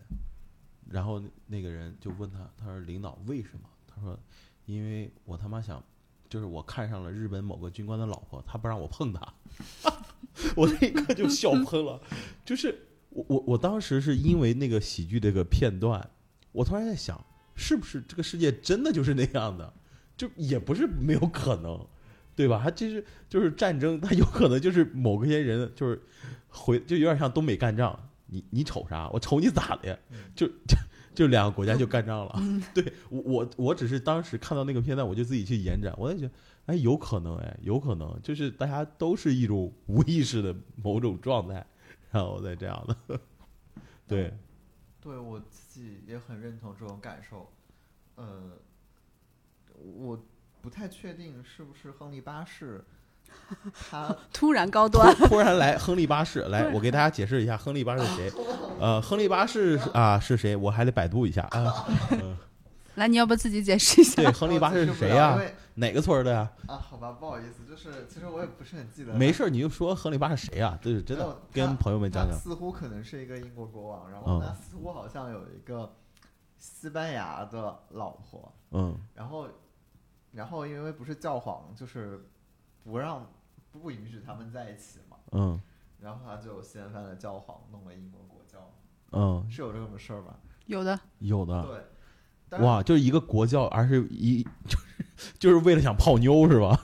Speaker 5: 然后那个人就问他，他说领导为什么？他说因为我他妈想。就是我看上了日本某个军官的老婆，他不 [LAUGHS] 让我碰她，我那一刻就笑喷了。就是我我我当时是因为那个喜剧这个片段，我突然在想，是不是这个世界真的就是那样的？就也不是没有可能，对吧？它就是就是战争，它有可能就是某个些人就是回，就有点像东北干仗，你你瞅啥？我瞅你咋的呀？就 [LAUGHS] 就就两个国家就干仗了。对我我我只是当时看到那个片段，我就自己去延展，我就觉得。哎，有可能，哎，有可能，就是大家都是一种无意识的某种状态，然后再这样的。 [LAUGHS] 对，
Speaker 3: 对我自己也很认同这种感受。呃，我不太确定是不是亨利八世他
Speaker 4: 突然高端， [LAUGHS]
Speaker 5: [LAUGHS] 突然来亨利八世，来，我给大家解释一下亨利八世
Speaker 3: [LAUGHS]
Speaker 5: 是谁。呃，亨利八世是啊是谁？我还得百度一下
Speaker 3: [LAUGHS]
Speaker 5: 啊。嗯
Speaker 4: 来，你要不自己解释一
Speaker 5: 对，
Speaker 4: 下？
Speaker 5: [LAUGHS] 亨利八世是谁啊
Speaker 3: 我其实不知道
Speaker 5: 呀
Speaker 3: 因？为
Speaker 5: 哪个村儿的呀？
Speaker 3: 啊，好吧，不好意思，就是其实我也不是很记得。
Speaker 5: 没事儿，你就说亨利八世谁呀？对，真
Speaker 3: 没有
Speaker 5: 的
Speaker 3: 他
Speaker 5: 跟朋友们讲
Speaker 3: 他
Speaker 5: 讲。
Speaker 3: 似乎可能是一个英国国王，然后他
Speaker 5: 嗯
Speaker 3: 似乎好像有一个西班牙的老婆，
Speaker 5: 嗯，
Speaker 3: 然后，然后因为不是教皇，就是不让不允许他们在一起嘛，
Speaker 5: 嗯
Speaker 3: 然后他就掀翻了教皇，弄了英国国教，
Speaker 5: 嗯，
Speaker 3: 是有这么事儿吧？
Speaker 4: 有的，
Speaker 5: 有的
Speaker 3: 对，但是
Speaker 5: 啊哇，就是一个国教，而是一 [LAUGHS] 就是就是为了想泡妞
Speaker 3: [LAUGHS]
Speaker 5: 是吧？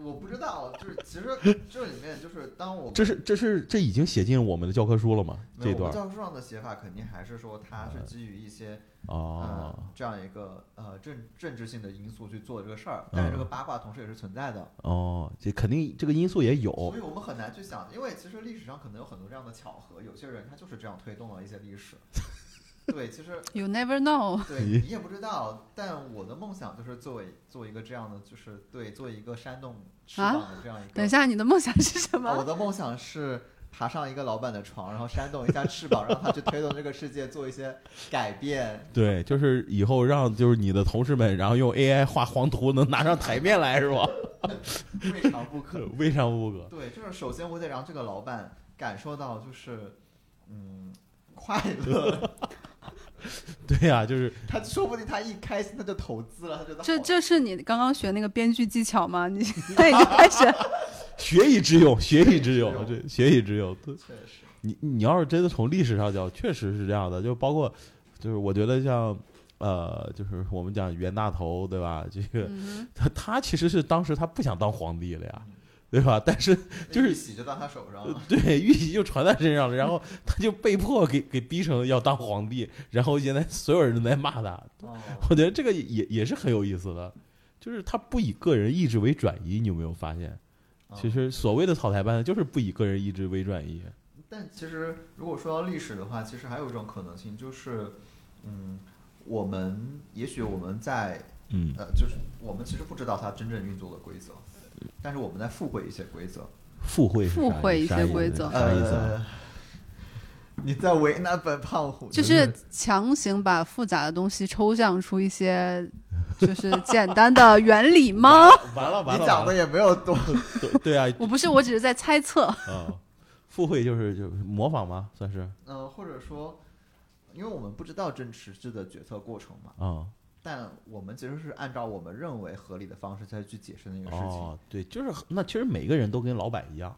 Speaker 3: 我不知道，就是
Speaker 5: [LAUGHS]
Speaker 3: 其实这里面就是当我们
Speaker 5: 这是这是这已经写进我们的教科书了吗？
Speaker 3: 没有
Speaker 5: 这
Speaker 3: 我们
Speaker 5: 段呃
Speaker 3: 教科书上的写法，肯定还是说他是基于一些
Speaker 5: 哦
Speaker 3: 呃，这样一个呃政政治性的因素去做这个事儿，但是
Speaker 5: 嗯
Speaker 3: 这个八卦同时也是存在的，
Speaker 5: 哦，这肯定这个因素也有
Speaker 4: 哦
Speaker 3: 所以我们很难去想，因为其实历史上可能有很多这样的巧合，有些人他就是这样推动了一些历
Speaker 4: [LAUGHS]
Speaker 3: 史。对，其实
Speaker 4: You never know。
Speaker 3: 对你也不知道，但我的梦想就是作为做一个这样的，就是对做一个煽动翅膀的这样一个。
Speaker 4: 啊等一下，你的梦想是什
Speaker 3: 啊我
Speaker 4: 么？
Speaker 3: 的梦想是爬上一个老板的床，然后扇动一下翅膀，让他去推动这个世界做一些改变。
Speaker 5: 对，就是以后让就是你的同事们，然后用 AI 画黄图能拿上台面来是吧？
Speaker 3: 未尝不可。
Speaker 5: [LAUGHS]
Speaker 4: [LAUGHS]
Speaker 5: 未尝不可。
Speaker 3: 对，就是首先我得让这个老板感受到，就是嗯快乐。
Speaker 5: [LAUGHS] 对呀、就是
Speaker 3: 他说不定他一开心他就投资了，他觉得
Speaker 4: 这
Speaker 3: 好
Speaker 4: 这是你刚刚学那个编剧技巧吗？你现在已经开始，
Speaker 5: 学以致用，学以致用，
Speaker 3: 学以致
Speaker 5: 对，学以致用。对
Speaker 3: 哦确实
Speaker 5: 你你要是真的从历史上讲，确实是这样的，就包括就是我觉得像呃，就是我们讲袁大头对吧？这个、
Speaker 4: 嗯
Speaker 5: 他他其实是当时他不想当皇帝了呀
Speaker 3: 嗯，
Speaker 5: 对吧？但是就是
Speaker 3: 一洗就到他手上了。
Speaker 5: 对，玉玺就传在身上了，然后他就被迫给给逼成要当皇帝，然后现在所有人都在骂他。
Speaker 3: 哦，
Speaker 5: 我觉得这个也也是很有意思的，就是他不以个人意志为转移，你有没有发现？ [LAUGHS] 其
Speaker 3: 哦
Speaker 5: 实所谓的草台班子就是不以个人意志为转移。
Speaker 3: 但其实如果说到历史的话，其实还有一种可能性就是，嗯，我们也许我们在
Speaker 5: 嗯
Speaker 3: 呃，就是我们其实不知道它真正运作的规则，但是我们在附会一些规则。
Speaker 5: 附会是啥
Speaker 4: 附会一
Speaker 5: 啥
Speaker 4: 些
Speaker 5: 意思
Speaker 4: 规则
Speaker 5: 啥意思啊？
Speaker 3: 呃你在为难本胖虎，
Speaker 4: 就是强行把复杂的东西抽象出一些就是简单的原理吗？ [LAUGHS]
Speaker 5: 完了完
Speaker 3: 你
Speaker 5: 了
Speaker 3: 讲
Speaker 5: 完
Speaker 3: 的
Speaker 5: 了，
Speaker 3: 也没有多，
Speaker 5: 对对啊，
Speaker 4: 我不是，我只是在猜测。
Speaker 5: 嗯，附会就是就是模仿吗？算是
Speaker 3: 嗯、或者说，因为我们不知道真实质的决策过程嘛，
Speaker 5: 啊
Speaker 3: 但我们其实是按照我们认为合理的方式再去解释那个事情。
Speaker 5: 哦，对，就是那其实每个人都跟老板一样，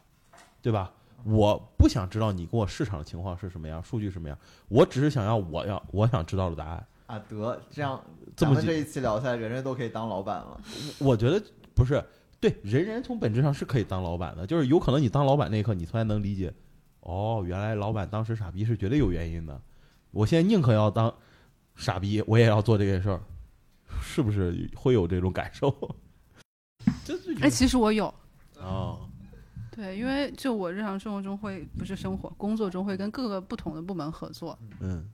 Speaker 5: 对吧？我不想知道你跟我市场的情况是什么样，数据什么样，我只是想要我要我想知道的答案。
Speaker 3: 啊，得这样，
Speaker 5: 嗯这
Speaker 3: 咱
Speaker 5: 么
Speaker 3: 们这
Speaker 5: 简
Speaker 3: 一期聊下来，人人都可以当老板了。
Speaker 5: 我觉得不是，对，人人从本质上是可以当老板的，就是有可能你当老板那一刻，你突然能理解，哦，原来老板当时傻逼是绝对有原因的，我现在宁可要当傻逼，我也要做这件事儿，是不是会有这种感受？这是
Speaker 4: 哎，其实我有，
Speaker 5: 啊，
Speaker 4: 对，因为就我日常生活中会不是生活，工作中会跟各个不同的部门合作。
Speaker 5: 嗯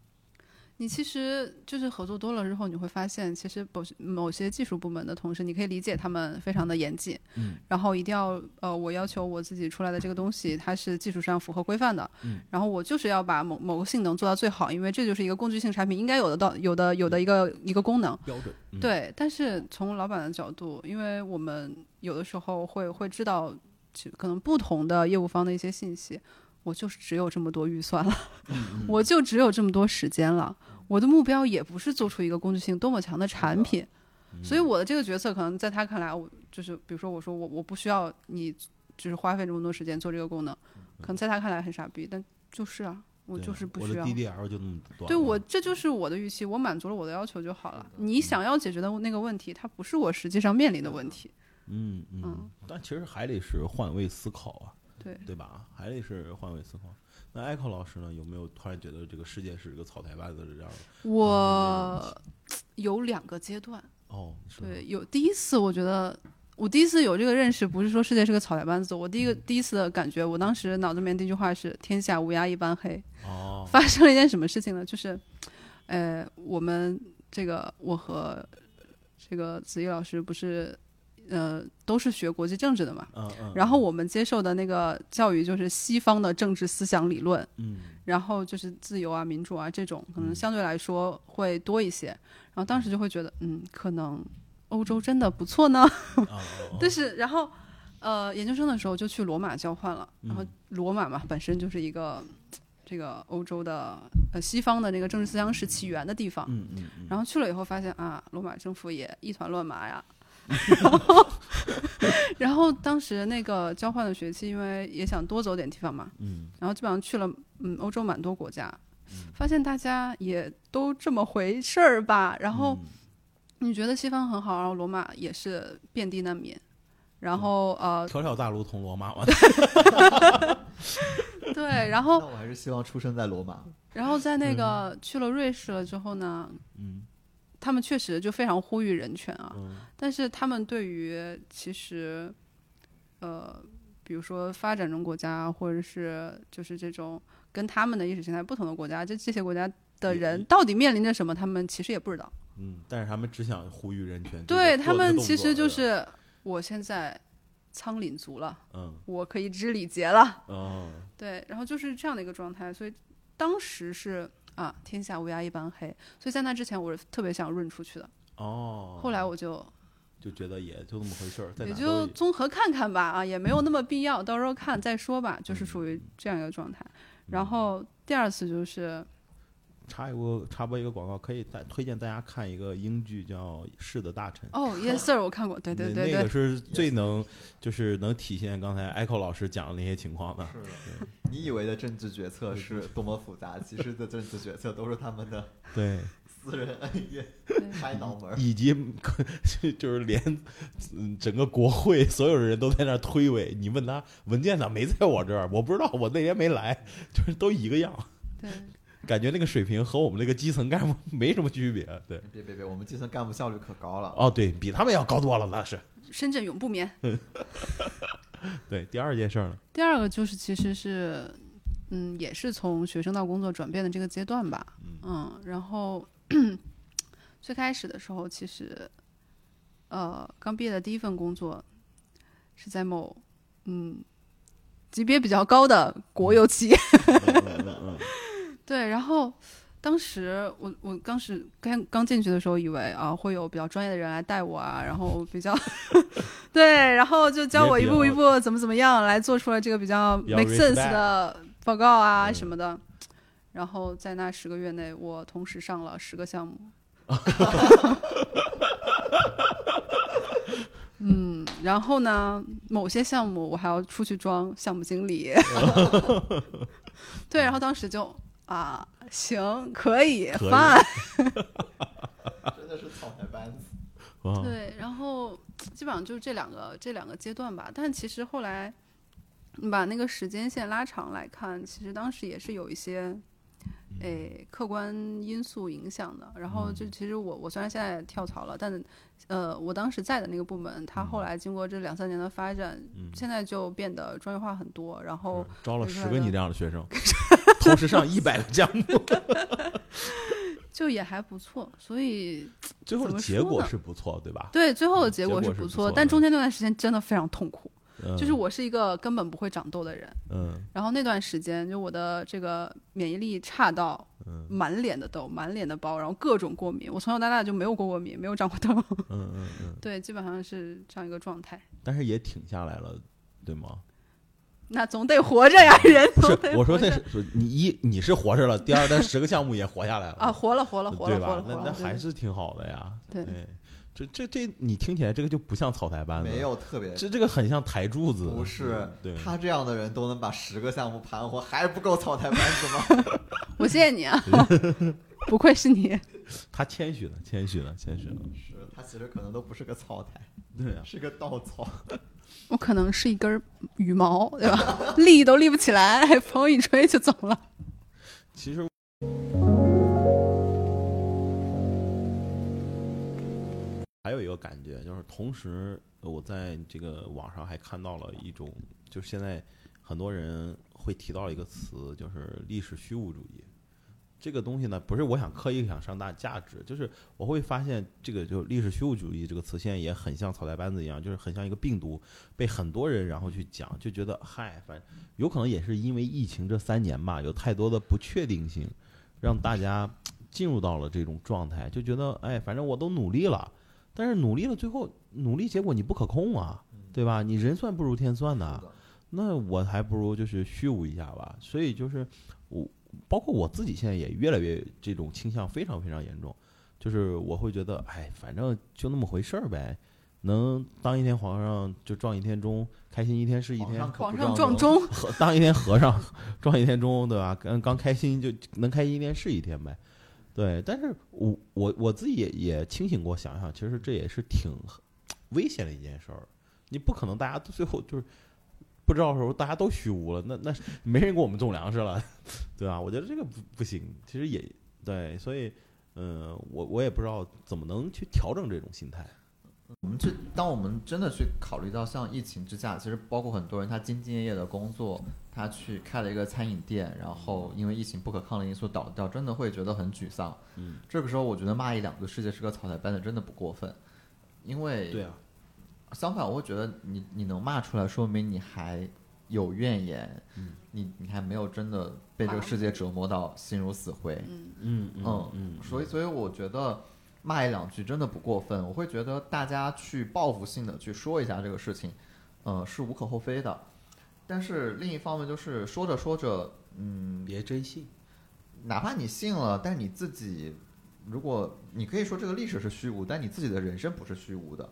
Speaker 4: 你其实就是合作多了之后，你会发现，其实某某些技术部门的同事，你可以理解他们非常的严谨，
Speaker 5: 嗯
Speaker 4: 然后一定要呃，我要求我自己出来的这个东西，它是技术上符合规范的，
Speaker 5: 嗯
Speaker 4: 然后我就是要把某某个性能做到最好，因为这就是一个工具性产品应该有的到有的有的一个一个功能。
Speaker 5: 标准，嗯，
Speaker 4: 对，但是从老板的角度，因为我们有的时候会会知道，其可能不同的业务方的一些信息，我就是只有这么多预算了， [LAUGHS] 我就只有这么多时间了，我的目标也不是做出一个工具性多么强嗯的产品，嗯所以我的这个角色可能在他看来，我就是比如说我说我我不需要你，就是花费这么多时间做这个功能，可能在他看来很傻逼，但就是嗯啊，我就是不需要。
Speaker 5: DDL 就那么多
Speaker 4: 对我，这就是我的预期，我满足了我的要求就好了。你想要解决的那个问题，它不是我实际上面临的问题。
Speaker 5: 嗯嗯
Speaker 4: 嗯，
Speaker 5: 但其实还得是换位思考啊，
Speaker 4: 对，
Speaker 5: 对吧？还得是换位思考。那艾克老师呢？有没有突然觉得这个世界是一个草台班子这样的？
Speaker 4: 我有两个阶段，
Speaker 5: 哦，是吗
Speaker 4: 对，有第一次我觉得。我第一次有这个认识，不是说世界是个草台班子。我第一个第一次的感觉，我当时脑子里面第一句话是“天下乌鸦一般黑”，
Speaker 5: 哦，
Speaker 4: [LAUGHS] 发生了一件什么事情呢？就是，呃，我们这个我和这个子怡老师不是呃都是学国际政治的嘛，
Speaker 5: 嗯嗯，
Speaker 4: 然后我们接受的那个教育就是西方的政治思想理论， [LAUGHS]
Speaker 5: 嗯
Speaker 4: 然后就是自由啊、民主啊这种，可能相对来说会多一些。然后当时就会觉得，嗯，可能欧洲真的不错呢。
Speaker 5: 啊，哦
Speaker 4: [LAUGHS] 但是然后，呃，研究生的时候就去罗马交换了。然后
Speaker 5: 嗯
Speaker 4: 罗马嘛，本身就是一个这个欧洲的呃西方的那个政治思想史起源的地方。
Speaker 5: 嗯嗯嗯，
Speaker 4: 然后去了以后发现啊，罗马政府也一团乱麻
Speaker 5: [LAUGHS]
Speaker 4: 呀。然后，然后当时那个交换的学期，因为也想多走点地方嘛，
Speaker 5: 嗯
Speaker 4: 然后基本上去了嗯欧洲蛮多国家，发现大家也都这么回事儿吧。然后
Speaker 5: 嗯
Speaker 4: 你觉得西方很好，然后罗马也是遍地难民，
Speaker 5: 嗯
Speaker 4: 然后呃
Speaker 5: 条条大路通罗马嘛，
Speaker 4: 对，然
Speaker 3: 那
Speaker 4: 后
Speaker 3: 我还是希望出生在罗马。
Speaker 4: 然后在那个去了瑞士了之后呢，
Speaker 5: 嗯
Speaker 4: 他们确实就非常呼吁人权啊，
Speaker 5: 嗯
Speaker 4: 但是他们对于其实，呃，比如说发展中国家，或者是就是这种跟他们的意识形态不同的国家，这这些国家的人到底面临着什么，他们其实也不知道。
Speaker 5: 嗯，但是他们只想呼吁人权，
Speaker 4: 对
Speaker 5: 就是做
Speaker 4: 他
Speaker 5: 这
Speaker 4: 们
Speaker 5: 个
Speaker 4: 其实就
Speaker 5: 动作对吧
Speaker 4: 是我现在仓廪足了，
Speaker 5: 嗯
Speaker 4: 我可以知礼节了，
Speaker 5: 哦
Speaker 4: 对，然后就是这样的一个状态，所以当时是啊，天下乌鸦一般黑，所以在那之前我是特别想润出去的，
Speaker 5: 哦，
Speaker 4: 后来我就
Speaker 5: 就觉得也就那么回事儿，在
Speaker 4: 也
Speaker 5: 哪
Speaker 4: 就
Speaker 5: 都
Speaker 4: 综合看看吧，啊，也没有那么必要，到时候看再说吧，就是
Speaker 5: 嗯
Speaker 4: 属于这样一个状态。然后第二次就是
Speaker 5: 插一个插播一个广告，可以带推荐大家看一个英剧叫《士的大臣》。
Speaker 4: 哦，Yes sir，我看过，对对
Speaker 5: 那
Speaker 4: 对
Speaker 5: 那个
Speaker 4: 对，
Speaker 5: 是最能，就是能体现刚才 Echo 老师讲的那些情况的。
Speaker 3: 是的，你以为的政治决策是多么复
Speaker 5: [LAUGHS]
Speaker 3: 杂，其实的政治决策都是他们的
Speaker 5: 对，
Speaker 3: 私人恩怨
Speaker 4: 对，
Speaker 3: 拍脑门
Speaker 5: [LAUGHS]
Speaker 3: 儿。
Speaker 5: 以及就是连嗯整个国会所有人都在那儿推诿，你问他文件咋没在我这儿？我不知道，我那天没来， [LAUGHS] 就是都一个样，
Speaker 4: 对
Speaker 5: 感觉那个水平和我们这个基层干部没什么区别。对，
Speaker 3: 别别别，我们基层干部效率可高了。
Speaker 5: 哦，对比他们要高多了，那是。
Speaker 4: 深圳永不眠。
Speaker 5: 对，第二件事儿呢，
Speaker 4: 第二个就是其实是，嗯，也是从学生到工作转变的这个阶段吧，嗯，然后最开始的时候，其实，呃，刚毕业的第一份工作是在某嗯级别比较高的国有企业， [LAUGHS] 对，然后。当时我我当时刚刚进去的时候，以为啊会有比较专业的人来带我啊，然后比较 [LAUGHS] 对，然后就教我一步一步怎么怎么样来做出了这个比较
Speaker 5: 比较
Speaker 4: make sense
Speaker 5: respect
Speaker 4: 的报告啊
Speaker 5: 嗯
Speaker 4: 什么的。然后在那十个月内，我同时上了十个项目。嗯，然后呢，某些项目我还要出去装项目经
Speaker 5: [LAUGHS]
Speaker 4: 理。对，然后当时就啊，行，可以
Speaker 5: 可以
Speaker 4: fine
Speaker 3: 真的是草台班子。
Speaker 5: 啊，
Speaker 4: 对，然后基本上就是这两个这两个阶段吧。但其实后来你把那个时间线拉长来看，其实当时也是有一些
Speaker 5: 嗯
Speaker 4: 诶客观因素影响的。然后
Speaker 5: 嗯
Speaker 4: 就其实我我虽然现在跳槽了，但呃我当时在的那个部门，它
Speaker 5: 嗯
Speaker 4: 后来经过这两三年的发展，现在就变得专业化很多。然后
Speaker 5: 招了
Speaker 4: 回
Speaker 5: 十
Speaker 4: 来的
Speaker 5: 个你这样的
Speaker 4: [LAUGHS]
Speaker 5: 学生，同时上一百个项目，
Speaker 4: 就也还不错，所以
Speaker 5: 最后
Speaker 4: [LAUGHS] 怎
Speaker 5: 的
Speaker 4: 么
Speaker 5: 结
Speaker 4: 说
Speaker 5: 果
Speaker 4: 呢
Speaker 5: 是不错，对吧？
Speaker 4: 对最后的
Speaker 5: 嗯结
Speaker 4: 结果
Speaker 5: 果
Speaker 4: 是
Speaker 5: 是
Speaker 4: 不
Speaker 5: 不
Speaker 4: 错，
Speaker 5: 错
Speaker 4: 但
Speaker 5: 的
Speaker 4: 中间那段时间真的非常痛苦。
Speaker 5: 嗯
Speaker 4: 就是我是一个根本不会长痘的人，
Speaker 5: 嗯
Speaker 4: 然后那段时间，就我的这个免疫力差到
Speaker 5: 嗯
Speaker 4: 满脸的痘，满脸的包，然后各种过敏。我从小到大就没有过过敏，没有长过痘。 [LAUGHS]
Speaker 5: 嗯嗯嗯，
Speaker 4: 对，基本上是这样一个状态。
Speaker 5: 但是也挺下来了，对吗？
Speaker 4: 那总得活着呀，人
Speaker 5: 不
Speaker 4: 总 [LAUGHS]
Speaker 5: 是
Speaker 4: 得活，着。
Speaker 5: 我说那是说你一你是活着了，第二，但十个项目也活下来了
Speaker 4: [LAUGHS] 啊，，活了，活了，活了，
Speaker 5: 对
Speaker 4: 活
Speaker 5: 吧
Speaker 4: 了，？活
Speaker 5: 那
Speaker 4: 了。
Speaker 5: 那
Speaker 4: 对
Speaker 5: 还是挺好的呀。哎
Speaker 4: 对
Speaker 5: 这这这，你听起来这个就不像草台班子，
Speaker 3: 没，有特别，
Speaker 5: 这这个很像台柱子，
Speaker 3: 不是
Speaker 5: 嗯对，
Speaker 3: 他这样的人都能把十个项目盘活，还不够草台班子吗？
Speaker 4: 我谢谢你
Speaker 5: [LAUGHS]
Speaker 4: 啊，不愧是你。
Speaker 5: 他谦虚了，谦虚了，谦虚了，
Speaker 3: 是他其实可能都不是个草台，
Speaker 5: 对呀，
Speaker 3: 是个稻草。
Speaker 4: 我可能是一根羽毛，对吧？立都立不起来，风一吹就走了。
Speaker 5: 其实。还有一个感觉就是，同时呃我在这个网上还看到了一种，就是现在很多人会提到一个词，就是历史虚无主义。这个东西呢，不是我想刻意想上大价值，就是我会发现这个就历史虚无主义这个词现在也很像草台班子一样，就是很像一个病毒，被很多人然后去讲，就觉得嗨，反正有可能也是因为疫情这三年吧，有太多的不确定性，让大家进入到了这种状态，就觉得哎，反正我都努力了，但是努力了最后努力结果你不可控啊，
Speaker 3: 嗯
Speaker 5: 对吧？你人算不如天算呐、那我还不如就是虚无一下吧。所以就是我，包括我自己现在也越来越这种倾向非常非常严重，就是我会觉得，哎，反正就那么回事儿呗，能当一天皇上就撞一天钟，开心一天是一啊
Speaker 3: 皇
Speaker 5: 天
Speaker 3: 上，可
Speaker 4: 皇
Speaker 3: 不
Speaker 4: 上
Speaker 3: 让
Speaker 4: 撞
Speaker 3: 人
Speaker 4: 钟，
Speaker 5: 和当一天和尚撞一天钟，对吧？刚刚开心就能开心一天是一天呗。对，但是我我我自己也也清醒过，想想其实这也是挺危险的一件事儿。你不可能大家都最后就是不知道的时候大家都虚无了，那那是没人给我们种粮食了， [LAUGHS] 对吧？我觉得这个不不行，其实也对，所以嗯，我我也不知道怎么能去调整这种心态。
Speaker 3: 我们去，当我们真的去考虑到像疫情之下，其实包括很多人他兢兢业业的工作，他去开了一个餐饮店，然后因为疫情不可抗力因素倒掉，真的会觉得很沮丧。
Speaker 5: 嗯，
Speaker 3: 这个时候我觉得骂一两句“世界是个草台班子”真的不过分，因为
Speaker 5: 对啊，
Speaker 3: 相反，我会觉得你你能骂出来，说明你还有怨言，
Speaker 5: 嗯
Speaker 3: 你你还没有真的被这个
Speaker 4: 啊
Speaker 3: 世界折磨到心如死灰。
Speaker 4: 嗯，
Speaker 5: 嗯
Speaker 3: 嗯
Speaker 5: 嗯，
Speaker 3: 所以，所以我觉得骂一两句真的不过分。我会觉得大家去报复性的去说一下这个事情，呃，是无可厚非的。但是另一方面，就是说着说着，嗯，
Speaker 5: 别真信。
Speaker 3: 哪怕你信了，但你自己，如果你可以说这个历史是虚无，但你自己的人生不是虚无的。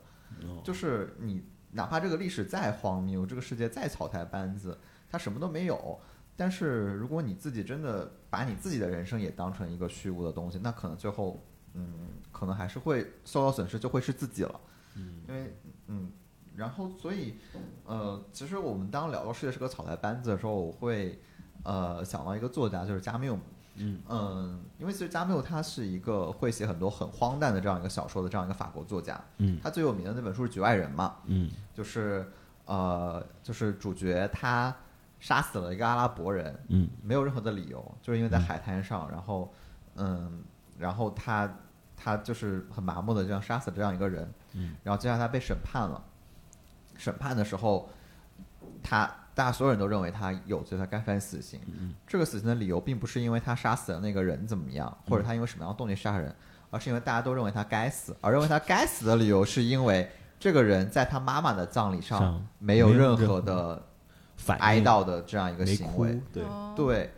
Speaker 5: 哦
Speaker 3: 就是你哪怕这个历史再荒谬，这个世界再草台班子，它什么都没有。但是如果你自己真的把你自己的人生也当成一个虚无的东西，那可能最后，嗯，可能还是会受到损失，就会是自己了。
Speaker 5: 嗯，
Speaker 3: 因为，嗯，然后所以，呃，其实我们当聊到世界是个草台班子的时候，我会，呃，想到一个作家就是加缪。
Speaker 5: 嗯
Speaker 3: 嗯，因为其实加缪他是一个会写很多很荒诞的这样一个小说的这样一个法国作家。
Speaker 5: 嗯
Speaker 3: 他最有名的那本书是《局外人》嘛，
Speaker 5: 嗯
Speaker 3: 就是呃，就是主角他杀死了一个阿拉伯人，
Speaker 5: 嗯
Speaker 3: 没有任何的理由，就是因为在海滩上，然后嗯，然后他他就是很麻木的这样杀死了这样一个人，
Speaker 5: 嗯，
Speaker 3: 然后接下来他被审判了，审判的时候，他大家所有人都认为他有罪，他该判死刑，
Speaker 5: 嗯
Speaker 3: 这个死刑的理由并不是因为他杀死了那个人怎么样，或者
Speaker 5: 嗯
Speaker 3: 他因为什么样的动机杀人，而是因为大家都认为他该死，而认为他该死的理由是因为这个人在他妈妈的葬礼上
Speaker 5: 上
Speaker 3: 没有
Speaker 5: 没有
Speaker 3: 任
Speaker 5: 任
Speaker 3: 何
Speaker 5: 何
Speaker 3: 的
Speaker 5: 反
Speaker 3: 哀
Speaker 5: 应
Speaker 3: 悼的这样一个
Speaker 5: 没
Speaker 3: 行
Speaker 5: 哭
Speaker 3: 为。，
Speaker 5: 对，
Speaker 4: 哦，
Speaker 3: 对，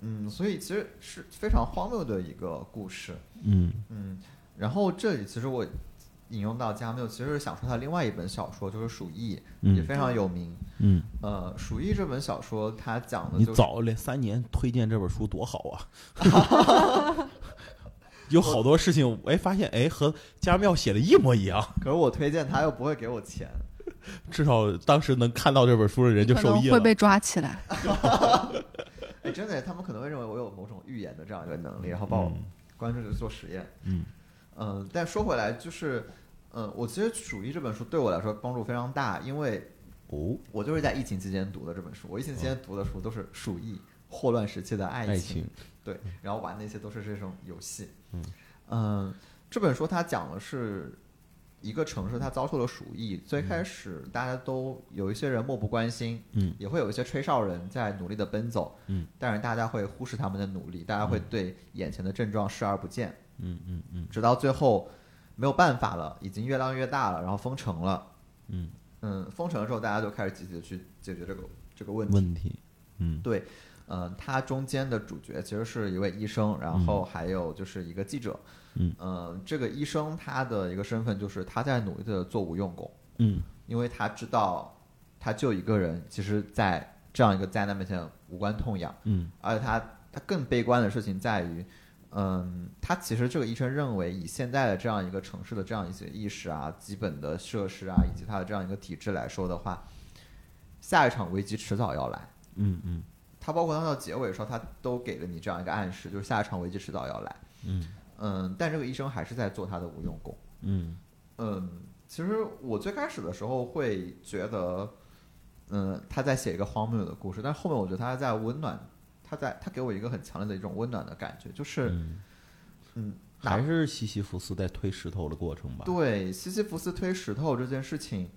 Speaker 3: 嗯，所以其实是非常荒谬的一个故事。
Speaker 5: 嗯
Speaker 3: 嗯，然后这里其实我引用到加缪，其实是想说他另外一本小说就是《鼠疫》，也
Speaker 5: 嗯
Speaker 3: 非常有名。
Speaker 5: 嗯，
Speaker 3: 呃，《鼠疫》这本小说，它讲的
Speaker 5: 你
Speaker 3: 就是
Speaker 5: 早两三年推荐这本书多好啊！有好多事情，哎，发现哎和加缪写的一模一样，
Speaker 3: 可是我推荐他又不会给我钱，
Speaker 5: 至少当时能看到这本书的人就
Speaker 4: 可
Speaker 5: 受
Speaker 4: 能
Speaker 5: 益
Speaker 4: 会
Speaker 5: 了。
Speaker 4: 被抓起来。
Speaker 3: 哎，真的，他们可能会认为我有某种预言的这样一个能力，然后把我
Speaker 5: 嗯
Speaker 3: 关注着做实验。
Speaker 5: 嗯
Speaker 3: 嗯，但说回来，就是，嗯，我其实《鼠疫》这本书对我来说帮助非常大，因为
Speaker 5: 哦，
Speaker 3: 我就是在疫情期间读的这本书。我疫情期间读的书都是《鼠疫》霍乱时期的爱
Speaker 5: 爱情，
Speaker 3: 对，然后玩那些都是这种游戏。
Speaker 5: 嗯
Speaker 3: 嗯这本书它讲的是一个城市，它遭受了鼠疫。最开始大家都有一些人漠不关心，
Speaker 5: 嗯
Speaker 3: 也会有一些吹哨人在努力的奔走，
Speaker 5: 嗯，
Speaker 3: 但是大家会忽视他们的努力，大家会对眼前的症状视而不见，
Speaker 5: 嗯嗯嗯
Speaker 3: 直到最后没有办法了，已经越浪越大了，然后封城了。
Speaker 5: 嗯，
Speaker 3: 嗯，封城的时候，大家就开始积极的去解决这个这个问题。
Speaker 5: 问题，嗯
Speaker 3: 对，嗯，它中间的主角其实是一位医生，然后还有就是一个记者。
Speaker 5: 嗯
Speaker 3: 呃这个医生他的一个身份就是他在努力的做无用功，
Speaker 5: 嗯
Speaker 3: 因为他知道他救一个人，其实在这样一个灾难面前无关痛痒。
Speaker 5: 嗯
Speaker 3: 而且他他更悲观的事情在于，嗯，他其实这个医生认为，以现在的这样一个城市的这样一些意识啊、基本的设施啊，以及它的这样一个体制来说的话，下一场危机迟早要来。
Speaker 5: 嗯嗯
Speaker 3: 他包括他到结尾的时候，他都给了你这样一个暗示，就是下一场危机迟早要来。
Speaker 5: 嗯
Speaker 3: 嗯，但这个医生还是在做他的无用功。
Speaker 5: 嗯
Speaker 3: 嗯，其实我最开始的时候会觉得，嗯，他在写一个荒谬的故事，但是后面我觉得他在温暖他在他给我一个很强烈的一种温暖的感觉，就是
Speaker 5: 嗯
Speaker 3: 嗯，哪
Speaker 5: 还是西西弗斯在推石头的过程吧，
Speaker 3: 对西西弗斯推石头这件事情，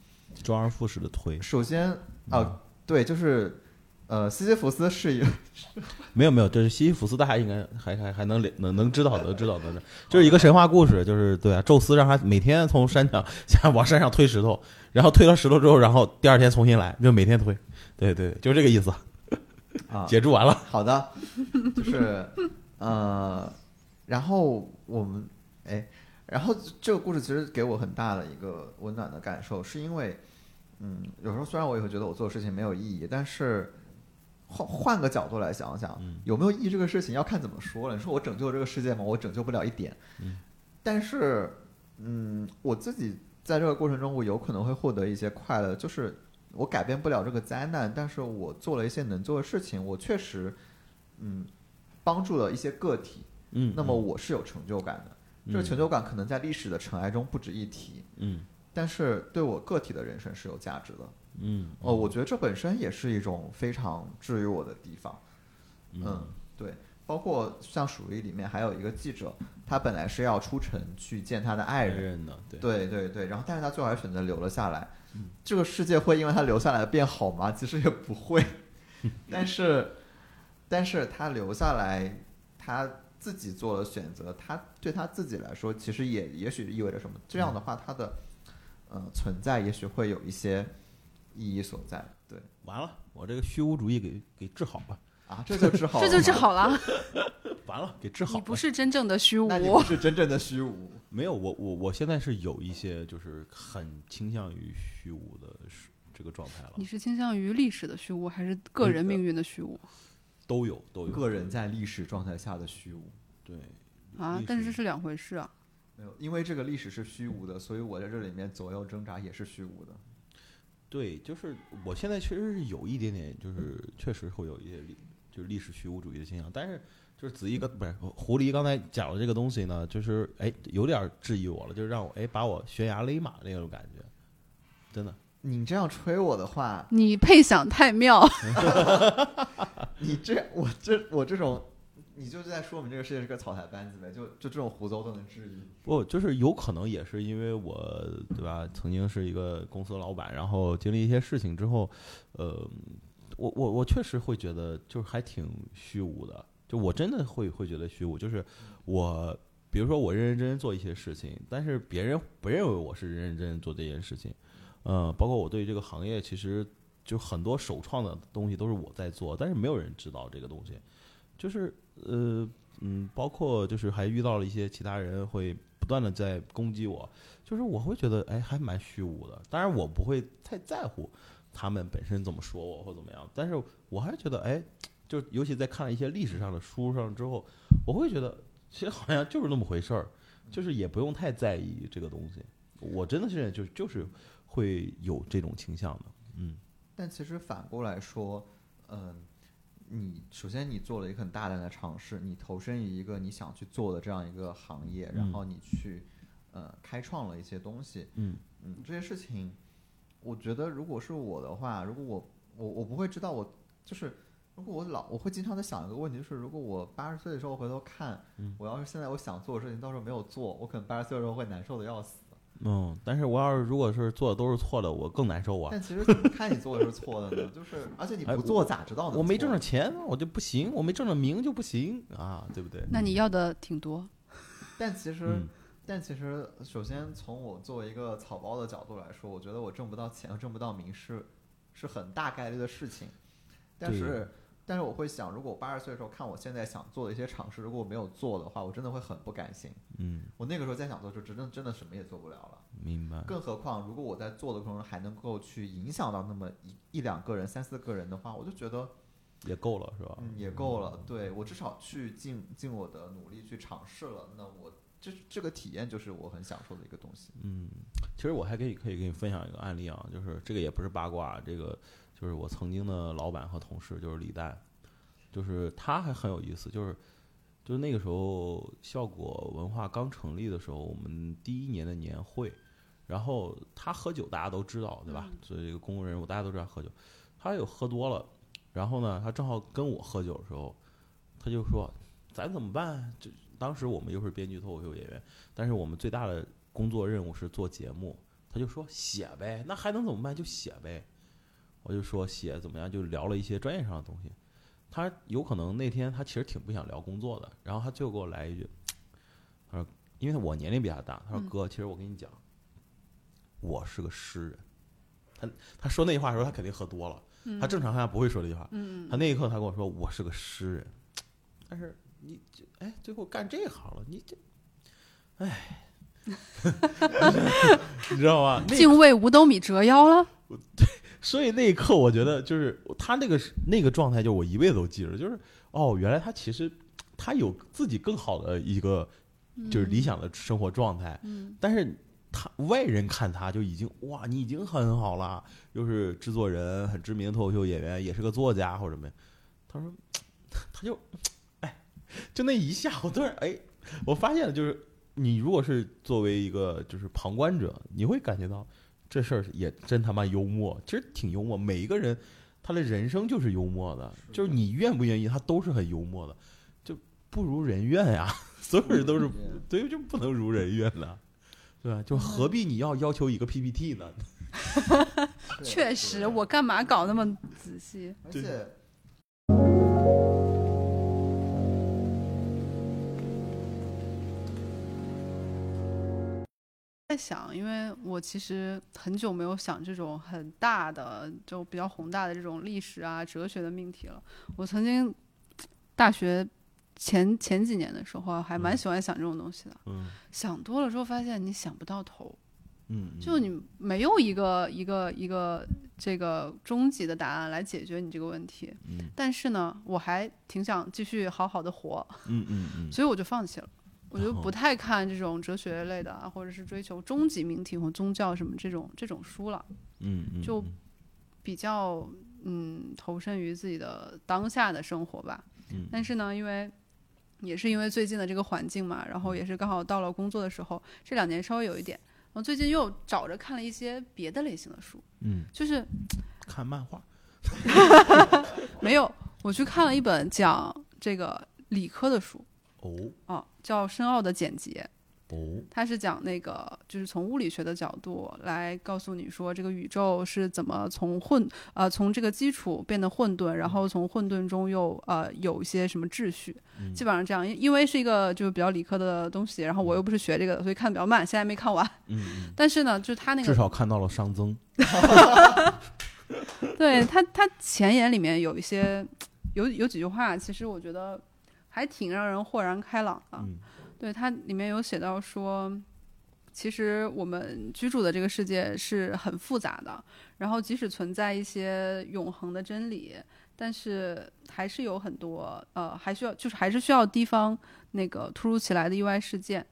Speaker 5: 周而复始的推。
Speaker 3: 首先
Speaker 5: 嗯
Speaker 3: 啊、对，就是呃，西西弗斯是一个
Speaker 5: 没有没有，这是西西弗斯，大家应该还还还能了能能知道的，知道的，这是一个神话故事，就是对啊，宙斯让他每天从山脚下往山上推石头，然后推到石头之后，然后第二天重新来，就每天推，对对，就是这个意思。
Speaker 3: [LAUGHS] 啊，
Speaker 5: 解注完了，
Speaker 3: 好的，就是呃，然后我们哎，然后这个故事其实给我很大的一个温暖的感受，是因为嗯，有时候虽然我也会觉得我做的事情没有意义，但是换换个角度来想想，有没有意义这个事情要看怎么说了。你说我拯救这个世界吗？我拯救不了一点，但是嗯，我自己在这个过程中，我有可能会获得一些快乐，就是我改变不了这个灾难，但是我做了一些能做的事情，我确实，嗯，帮助了一些个体，
Speaker 5: 嗯，
Speaker 3: 那么我是有成就感的。这个成就感可能在历史的尘埃中不值一提，
Speaker 5: 嗯
Speaker 3: 但是对我个体的人生是有价值的。
Speaker 5: 嗯
Speaker 3: 哦，我觉得这本身也是一种非常治愈我的地方。嗯
Speaker 5: 嗯，
Speaker 3: 对，包括像《鼠疫》里面还有一个记者，他本来是要出城去见他的爱
Speaker 5: 爱
Speaker 3: 人，
Speaker 5: 哎人呢，对，
Speaker 3: 对对对，然后但是他最后还是选择留了下来。这个世界会因为他留下来变好吗？其实也不会，但是，但是他留下来，他自己做了选择，他对他自己来说，其实也也许意味着什么？这样的话，他的呃存在也许会有一些意义所在。对
Speaker 5: 完了，我这个虚无主义给给治好了， [LAUGHS]
Speaker 3: 啊，这就治好，
Speaker 4: [LAUGHS] 这就治。好了。
Speaker 5: 完了给 [LAUGHS] 治好
Speaker 4: 你
Speaker 5: 了。
Speaker 4: 不是真正的虚无
Speaker 3: 那，你不是真正的虚无，
Speaker 5: 没有，我我我现在是有一些就是很倾向于虚无的是这个状态了
Speaker 4: 你，是倾向于历史的虚无，还是个人命运的虚无
Speaker 5: 都有都有
Speaker 3: 个人在历史状态下的虚无。
Speaker 5: 对
Speaker 4: 啊
Speaker 5: 历？
Speaker 4: 但是
Speaker 5: 史
Speaker 4: 这是两回事啊。
Speaker 3: 没有，因为这个历史是虚无的，所以我在这里面左右挣扎也是虚无的。
Speaker 5: 对，就是我现在确实是有一点点，就是确实会有一些历就是历史虚无主义的倾向，但是就是子怡刚不是狐狸刚才讲的这个东西呢，就是哎有点质疑我了，就是让我哎把我悬崖勒马那种感觉，真的
Speaker 3: 你这样吹我的话，
Speaker 4: 你配享太妙，
Speaker 3: 你这我这我这种，你就在说我们这个世界是个草台班子呗，就就这种胡诌都能质疑。
Speaker 5: 不，就是有可能也是因为我对吧？曾经是一个公司老板，然后经历一些事情之后，呃，我我我确实会觉得就是还挺虚无的，就我真的会会觉得虚无，就是我比如说我认认真真做一些事情，但是别人不认为我是认认真真做这件事情，呃，包括我对这个行业其实就很多首创的东西都是我在做，但是没有人知道这个东西，就是呃。嗯，包括就是还遇到了一些其他人会不断的在攻击我，就是我会觉得哎还蛮虚无的。当然我不会太在乎他们本身怎么说我或怎么样，但是我还是觉得哎，就尤其在看了一些历史上的书上之后，我会觉得其实好像就是那么回事儿，就是也不用太在意这个东西。我真的是就就是会有这种倾向的，嗯
Speaker 3: 但其实反过来说，嗯、你首先你做了一个很大胆的尝试，你投身于一个你想去做的这样一个行业，然
Speaker 5: 嗯
Speaker 3: 后你去呃开创了一些东西，
Speaker 5: 嗯
Speaker 3: 嗯，这些事情，我觉得如果是我的话，如果我我我不会知道我就是。如果我老，我会经常在想一个问题，就是如果我八十岁的时候回头看，
Speaker 5: 嗯
Speaker 3: 我要是现在我想做的事情，到时候没有做，我可能八十岁的时候会难受的要死。
Speaker 5: 嗯。但是我要是如果是做的都是错的，我更难受啊。
Speaker 3: 但其实怎么看你做的是错的呢？就是，而且你
Speaker 5: 哎
Speaker 3: 不做咋知道呢？
Speaker 5: 我没挣着钱，我就不行；我没挣着名就不行啊，对不对？
Speaker 4: [LAUGHS] 那你要的挺多。
Speaker 3: 但其实，
Speaker 5: 嗯
Speaker 3: 但其实，首先从我作为一个草包的角度来说，我觉得我挣不到钱，挣不到名是是很大概率的事情。但
Speaker 5: 对
Speaker 3: 是，但是我会想，如果我八十岁的时候看我现在想做的一些尝试，如果我没有做的话，我真的会很不甘心。
Speaker 5: 嗯，
Speaker 3: 我那个时候在想做，就真的真的什么也做不了了。
Speaker 5: 明白。
Speaker 3: 更何况，如果我在做的过程中还能够去影响到那么一一两个人、三四个人的话，我就觉得
Speaker 5: 也够了，是吧？
Speaker 3: 嗯，也够了。对我至少去尽尽我的努力去尝试了，那我这这个体验就是我很享受的一个东西。
Speaker 5: 嗯，其实我还可以可以给你分享一个案例啊，就是这个也不是八卦，这个就是我曾经的老板和同事，就是李诞，就是他还很有意思，就是就是那个时候效果文化刚成立的时候，我们第一年的年会，然后他喝酒大家都知道，对吧？所以这个公共人物大家都知道喝酒，他有喝多了，然后呢，他正好跟我喝酒的时候，他就说咱怎么办？这当时我们又是编剧脱口秀演员，但是我们最大的工作任务是做节目。他就说写呗，那还能怎么办？就写呗。我就说写怎么样，就聊了一些专业上的东西。他有可能那天他其实挺不想聊工作的，然后他最后给我来一句，他说：“因为我年龄比他大，他说
Speaker 4: 嗯
Speaker 5: 哥，其实我跟你讲，我是个诗人。”他他说那句话的时候，他肯定喝多了，他正常他不会说这句话。
Speaker 4: 嗯
Speaker 5: 他那一刻他跟我说：“我是个诗人。”但是你这哎，最后干这行了，你这哎， [LAUGHS] 你知道吗？那
Speaker 4: 竟为五斗米折腰了。
Speaker 5: 所以那一刻，我觉得就是他那个是那个状态，就是我一辈子都记着，就是哦，原来他其实他有自己更好的一个就是理想的生活状态，
Speaker 4: 嗯
Speaker 5: 但是他外人看他就已经哇，你已经很好了，又是制作人，很知名的脱口秀演员，也是个作家或者什么呀。他说，他就哎，就那一下，我突然哎，我发现了，就是你如果是作为一个就是旁观者，你会感觉到这事儿也真他妈幽默，其实挺幽默，每一个人。他的人生就是幽默的，
Speaker 3: 是
Speaker 5: 就是你愿不愿意，他都是很幽默的，就不如人愿呀。 [LAUGHS] 所有人都是
Speaker 3: 嗯
Speaker 5: 对，就不能如人愿了，对吧？就何必你要要求一个 PPT 呢？
Speaker 4: 确实，我干嘛搞那么仔细？
Speaker 3: 而
Speaker 5: 对
Speaker 3: 且
Speaker 4: 在想，因为我其实很久没有想这种很大的、就比较宏大的这种历史啊、哲学的命题了。我曾经大学前前几年的时候啊，还蛮
Speaker 5: 嗯
Speaker 4: 喜欢想这种东西的。
Speaker 5: 嗯
Speaker 4: 想多了之后，发现你想不到头，
Speaker 5: 嗯，
Speaker 4: 就你没有一个一个一个这个终极的答案来解决你这个问题。
Speaker 5: 嗯
Speaker 4: 但是呢，我还挺想继续好好的活，
Speaker 5: 嗯嗯嗯，
Speaker 4: 所以我就放弃了。我就
Speaker 5: 然后
Speaker 4: 不太看这种哲学类的啊，或者是追求终极命题或宗教什么这种这种书了，
Speaker 5: 嗯嗯
Speaker 4: 就比较嗯投身于自己的当下的生活吧。
Speaker 5: 嗯
Speaker 4: 但是呢，因为也是因为最近的这个环境嘛，然
Speaker 5: 嗯
Speaker 4: 后也是刚好到了工作的时候，这两年稍微有一点。然后最近又找着看了一些别的类型的书，
Speaker 5: 嗯
Speaker 4: 就是
Speaker 5: 看漫画，
Speaker 4: 没有我去看了一本讲这个理科的书
Speaker 5: 哦
Speaker 4: 啊，叫《深奥的简洁》。
Speaker 5: 哦，
Speaker 4: 它是讲那个，就是从物理学的角度来告诉你说，这个宇宙是怎么从混呃从这个基础变得混沌，然后从混沌中又呃有一些什么秩序，
Speaker 5: 嗯
Speaker 4: 基本上这样。因因为是一个就是比较理科的东西，然后我又不是学这个的，所以看的比较慢，现在没看完。
Speaker 5: 嗯嗯，
Speaker 4: 但是呢，就是它那
Speaker 5: 至
Speaker 4: 个
Speaker 5: 少看到了熵增，
Speaker 4: 对它它前言里面有一些有有几句话，其实我觉得还挺让人豁然开朗的。
Speaker 5: 嗯
Speaker 4: 对，它里面有写到说，其实我们居住的这个世界是很复杂的，然后即使存在一些永恒的真理，但是还是有很多呃，还需要就是还是需要地方那个突如其来的意外事件，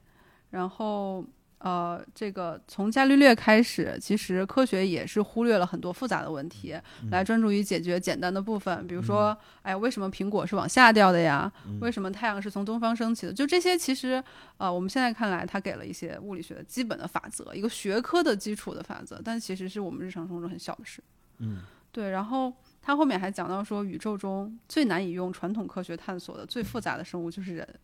Speaker 4: 然后。呃，这个从伽利略开始，其实科学也是忽略了很多复杂的问题，来专注于解决简单的部分，比如说，哎，为什么苹果是往下掉的呀？
Speaker 5: 嗯
Speaker 4: 为什么太阳是从东方升起的？就这些，其实呃，我们现在看来，它给了一些物理学的基本的法则，一个学科的基础的法则，但其实是我们日常生活中很小的事。
Speaker 5: 嗯
Speaker 4: 对，然后他后面还讲到说，宇宙中最难以用传统科学探索的、最复杂的生物就是人。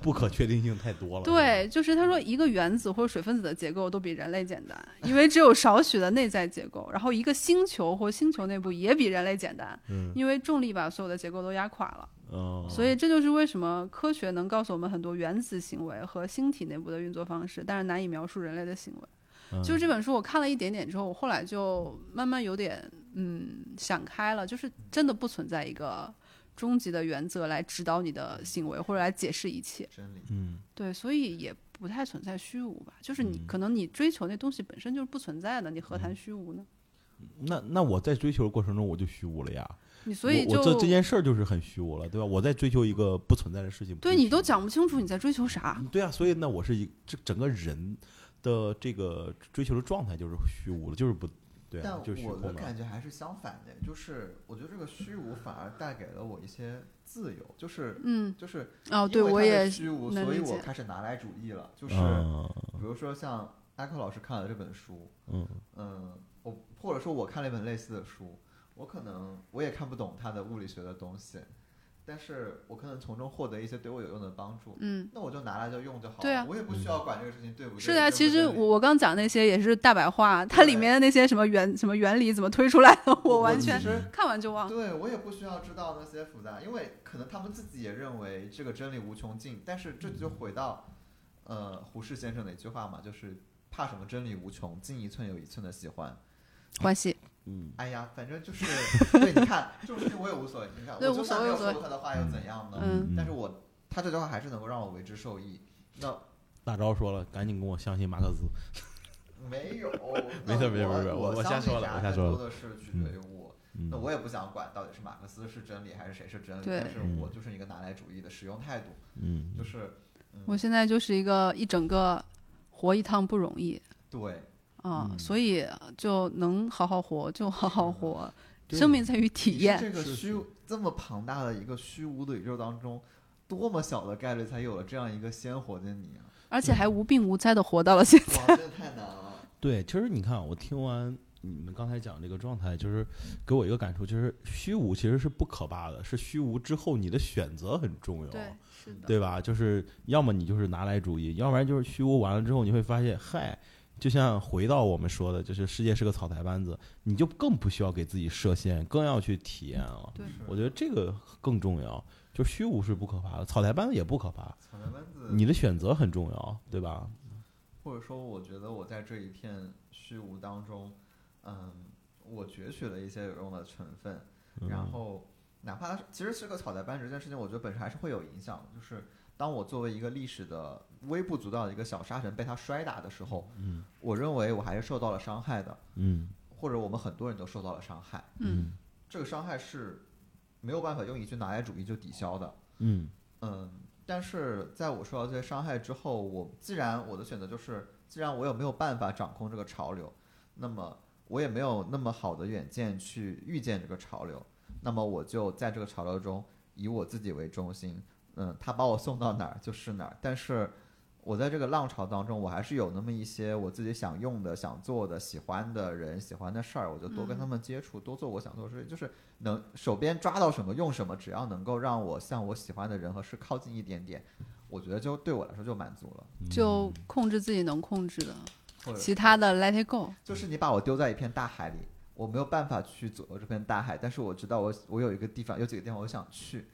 Speaker 5: 不可确定性太多了，
Speaker 4: 对，就是他说一个原子或者水分子的结构都比人类简单，因为只有少许的内在结构。然后一个星球或星球内部也比人类简单，
Speaker 5: 嗯
Speaker 4: 因为重力把所有的结构都压垮了。
Speaker 5: 哦，
Speaker 4: 所以这就是为什么科学能告诉我们很多原子行为和星体内部的运作方式，但是难以描述人类的行为。
Speaker 5: 嗯
Speaker 4: 就是这本书我看了一点点之后，我后来就慢慢有点嗯想开了，就是真的不存在一个终极的原则来指导你的行为或者来解释一切。
Speaker 3: 真理
Speaker 5: 嗯
Speaker 4: 对，所以也不太存在虚无吧，就是你、
Speaker 5: 嗯
Speaker 4: 可能你追求那东西本身就是不存在的，你何谈虚无呢？
Speaker 5: 那那我在追求的过程中我就虚无了呀，
Speaker 4: 你所以
Speaker 5: 我
Speaker 4: 就
Speaker 5: 我这这件事儿就是很虚无了，对吧？我在追求一个不存在的事情，
Speaker 4: 对
Speaker 5: 不是
Speaker 4: 你都
Speaker 5: 虚无
Speaker 4: 讲不清楚你在追求啥。
Speaker 5: 对啊，所以呢，我是一这整个人的这个追求的状态就是虚无了，就是不对啊
Speaker 3: 但，
Speaker 5: 就是虚
Speaker 3: 我的
Speaker 5: 空
Speaker 3: 感
Speaker 5: 了。
Speaker 3: 觉还是相反的，就是我觉得这个虚无反而带给了我一些自由，就是
Speaker 4: 嗯，
Speaker 3: 就是
Speaker 4: 哦，
Speaker 3: 因
Speaker 4: 对
Speaker 3: 为
Speaker 4: 我
Speaker 3: 它的
Speaker 4: 也
Speaker 3: 虚无，
Speaker 4: 能
Speaker 3: 所以
Speaker 4: 理
Speaker 3: 我
Speaker 4: 解
Speaker 3: 开始拿来主义了，就是
Speaker 5: 嗯
Speaker 3: 比如说像阿克老师看了这本书，
Speaker 5: 嗯
Speaker 3: 嗯，我或者说我看了一本类似的书，我可能我也看不懂他的物理学的东西，但是我可能从中获得一些对我有用的帮助，
Speaker 4: 嗯，
Speaker 3: 那我就拿来就用就好了，
Speaker 4: 对啊
Speaker 3: 我也不需要管这个事情对不对。
Speaker 4: 是的呀，
Speaker 3: 对
Speaker 4: 其
Speaker 3: 不
Speaker 4: 实
Speaker 3: 对
Speaker 4: 我我刚讲那些也是大白话，它里面的那些什么原什么原理怎么推出来的，我完全
Speaker 3: 其实
Speaker 4: 看完就忘。
Speaker 3: 对我也不需要知道那些复杂，因为可能他们自己也认为这个真理无穷尽，但是这
Speaker 4: 嗯
Speaker 3: 就回到呃胡适先生的一句话嘛，就是怕什么真理无穷，进一寸有一寸的喜欢。
Speaker 4: 欢喜，
Speaker 5: 嗯，
Speaker 3: 哎呀，反正就是对，你看这种事 [LAUGHS] 情我也无所谓，你看
Speaker 4: 对
Speaker 3: 我就
Speaker 4: 无所
Speaker 3: 算
Speaker 4: 谓
Speaker 3: 没有
Speaker 4: 无
Speaker 3: 说
Speaker 4: 所
Speaker 3: 出
Speaker 4: 谓
Speaker 3: 他的话又怎样呢？
Speaker 4: 嗯
Speaker 3: 但是我他这句话还是能够让我为之受益。那
Speaker 5: 大钊说了，赶紧跟我相信马克思。
Speaker 3: 没有，
Speaker 5: 没
Speaker 3: 那
Speaker 5: 事没事
Speaker 3: 我
Speaker 5: 没事
Speaker 3: 我
Speaker 5: 我瞎
Speaker 3: 相信
Speaker 5: 说了
Speaker 3: 啥
Speaker 5: 我瞎
Speaker 3: 更
Speaker 5: 说
Speaker 3: 多的是取决于我。
Speaker 5: 嗯
Speaker 3: 那，我也不想管到底是马克思是真理还是谁是真理，
Speaker 4: 对
Speaker 3: 但是我就是一个拿来主义的使用态度，
Speaker 5: 嗯，
Speaker 3: 就是嗯
Speaker 4: 我现在就是一个一整个活一趟不容易
Speaker 3: 对，
Speaker 4: 啊，
Speaker 5: 嗯
Speaker 4: 所以就能好好活就好好活，
Speaker 5: 对
Speaker 4: 生命在于体
Speaker 3: 你是
Speaker 4: 验。
Speaker 3: 这个
Speaker 5: 是
Speaker 3: 虚
Speaker 5: 是
Speaker 3: 这么庞大的一个虚无的宇宙当中，多么小的概率才有了这样一个鲜活的
Speaker 5: [LAUGHS]
Speaker 3: 你啊！
Speaker 4: 而且还无病无灾的活到
Speaker 3: [LAUGHS]
Speaker 4: 了现在。
Speaker 3: 哇，真的太难了。
Speaker 5: 对，其实你看，啊我听完你们刚才讲这个状态，就是给我一个感触，就是虚无其实是不可怕的，是虚无之后你的选择很重要，
Speaker 4: 对，是的，
Speaker 5: 对吧？就是要么你就是拿来主义，要不然就是虚无完了之后，你会发现，嗨，就像回到我们说的，就是世界是个草台班子，你就更不需要给自己设限，更要去体验了。
Speaker 4: 对
Speaker 3: 是
Speaker 5: 我觉得这个更重要，就虚无是不可怕的，草台班子也不可怕，
Speaker 3: 草台班子，
Speaker 5: 你的选择很重要，对吧？
Speaker 3: 或者说，我觉得我在这一片虚无当中，嗯，我攫取了一些有用的成分，
Speaker 5: 嗯
Speaker 3: 然后哪怕它是其实是个草台班子这件事情，我觉得本身还是会有影响的。就是当我作为一个历史的微不足道的一个小沙尘被它摔打的时候，
Speaker 5: 嗯
Speaker 3: 我认为我还是受到了伤害的，
Speaker 5: 嗯
Speaker 3: 或者我们很多人都受到了伤害。
Speaker 4: 嗯，
Speaker 3: 这个伤害是没有办法用一句拿来主义就抵消的。
Speaker 5: 嗯
Speaker 3: 嗯，但是在我受到这些伤害之后，我既然我的选择就是，既然我也没有办法掌控这个潮流，那么我也没有那么好的远见去预见这个潮流，那么我就在这个潮流中以我自己为中心，嗯，他把我送到哪儿就是哪儿，但是。我在这个浪潮当中，我还是有那么一些我自己想用的、想做的、喜欢的人、喜欢的事儿，我就多跟他
Speaker 4: 嗯
Speaker 3: 们接触，多做我想做的事情，就是能手边抓到什么用什么，只要能够让我向我喜欢的人和事靠近一点点，我觉得就对我来说就满足了。
Speaker 5: 嗯，
Speaker 4: 就控制自己能控制的，
Speaker 3: 或者
Speaker 4: 其他的 let it go。
Speaker 3: 就是你把我丢在一片大海里，我没有办法去左右这片大海，但是我知道我我有一个地方，有几个地方我想去。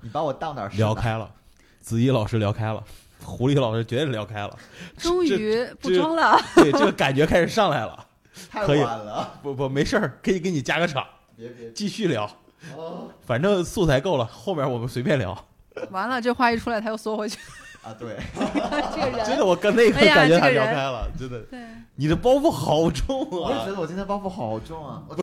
Speaker 3: 你把我到哪儿是哪
Speaker 5: 嗯聊
Speaker 3: 儿
Speaker 5: 开了，子怡老师聊开了，狐狸老师绝对聊开了，
Speaker 4: 终
Speaker 5: 这
Speaker 4: 于不
Speaker 5: 这
Speaker 4: 装了，
Speaker 5: 对这个感觉开始上来了。
Speaker 3: 太
Speaker 5: 可以
Speaker 3: 晚了，
Speaker 5: 不不，没事儿，可以给你加个场，
Speaker 3: 别别
Speaker 5: 继续聊，
Speaker 3: 哦
Speaker 5: 反正素材够了，后面我们随便聊。
Speaker 4: 完了这话一出来他又缩回去，
Speaker 3: 啊，对，
Speaker 4: [LAUGHS] 这个
Speaker 5: 真
Speaker 4: 人。
Speaker 5: 的，我跟那个
Speaker 4: 哎呀
Speaker 5: 感觉他
Speaker 4: 这个
Speaker 5: 聊
Speaker 4: 人
Speaker 5: 开了，真的，
Speaker 4: 对，
Speaker 5: 你的包袱好重
Speaker 3: 我也觉
Speaker 5: 啊！
Speaker 3: 得我今天包袱好重啊，我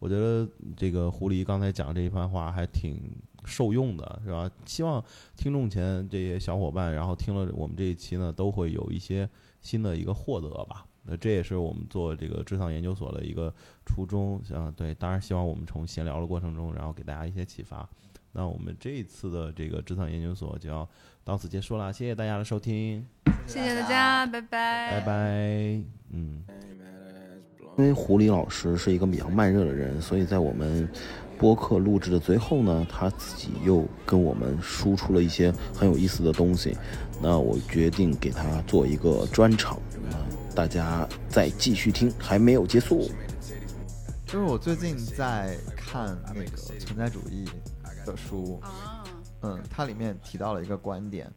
Speaker 5: 我觉得这个狐狸刚才讲这一番话还挺受用的，是吧？希望听众前这些小伙伴，然后听了我们这一期呢，都会有一些新的一个获得吧。那这也是我们做这个智丧研究所的一个初衷啊。对，当然希望我们从闲聊的过程中，然后给大家一些启发。那我们这一次的这个智丧研究所就要到此结束了，谢谢大家的收听，
Speaker 4: [LAUGHS] 谢谢大家，
Speaker 3: 啊
Speaker 4: 拜拜
Speaker 5: 拜拜，嗯。
Speaker 6: 因为狐狸老师是一个比较慢热的人，所以在我们播客录制的最后呢，他自己又跟我们输出了一些很有意思的东西。那我决定给他做一个专场，那大家再继续听，还没有结束。
Speaker 3: [LAUGHS] 就是我最近在看那个存在主义的书，
Speaker 4: 啊，
Speaker 3: 嗯，它里面提到了一个观点，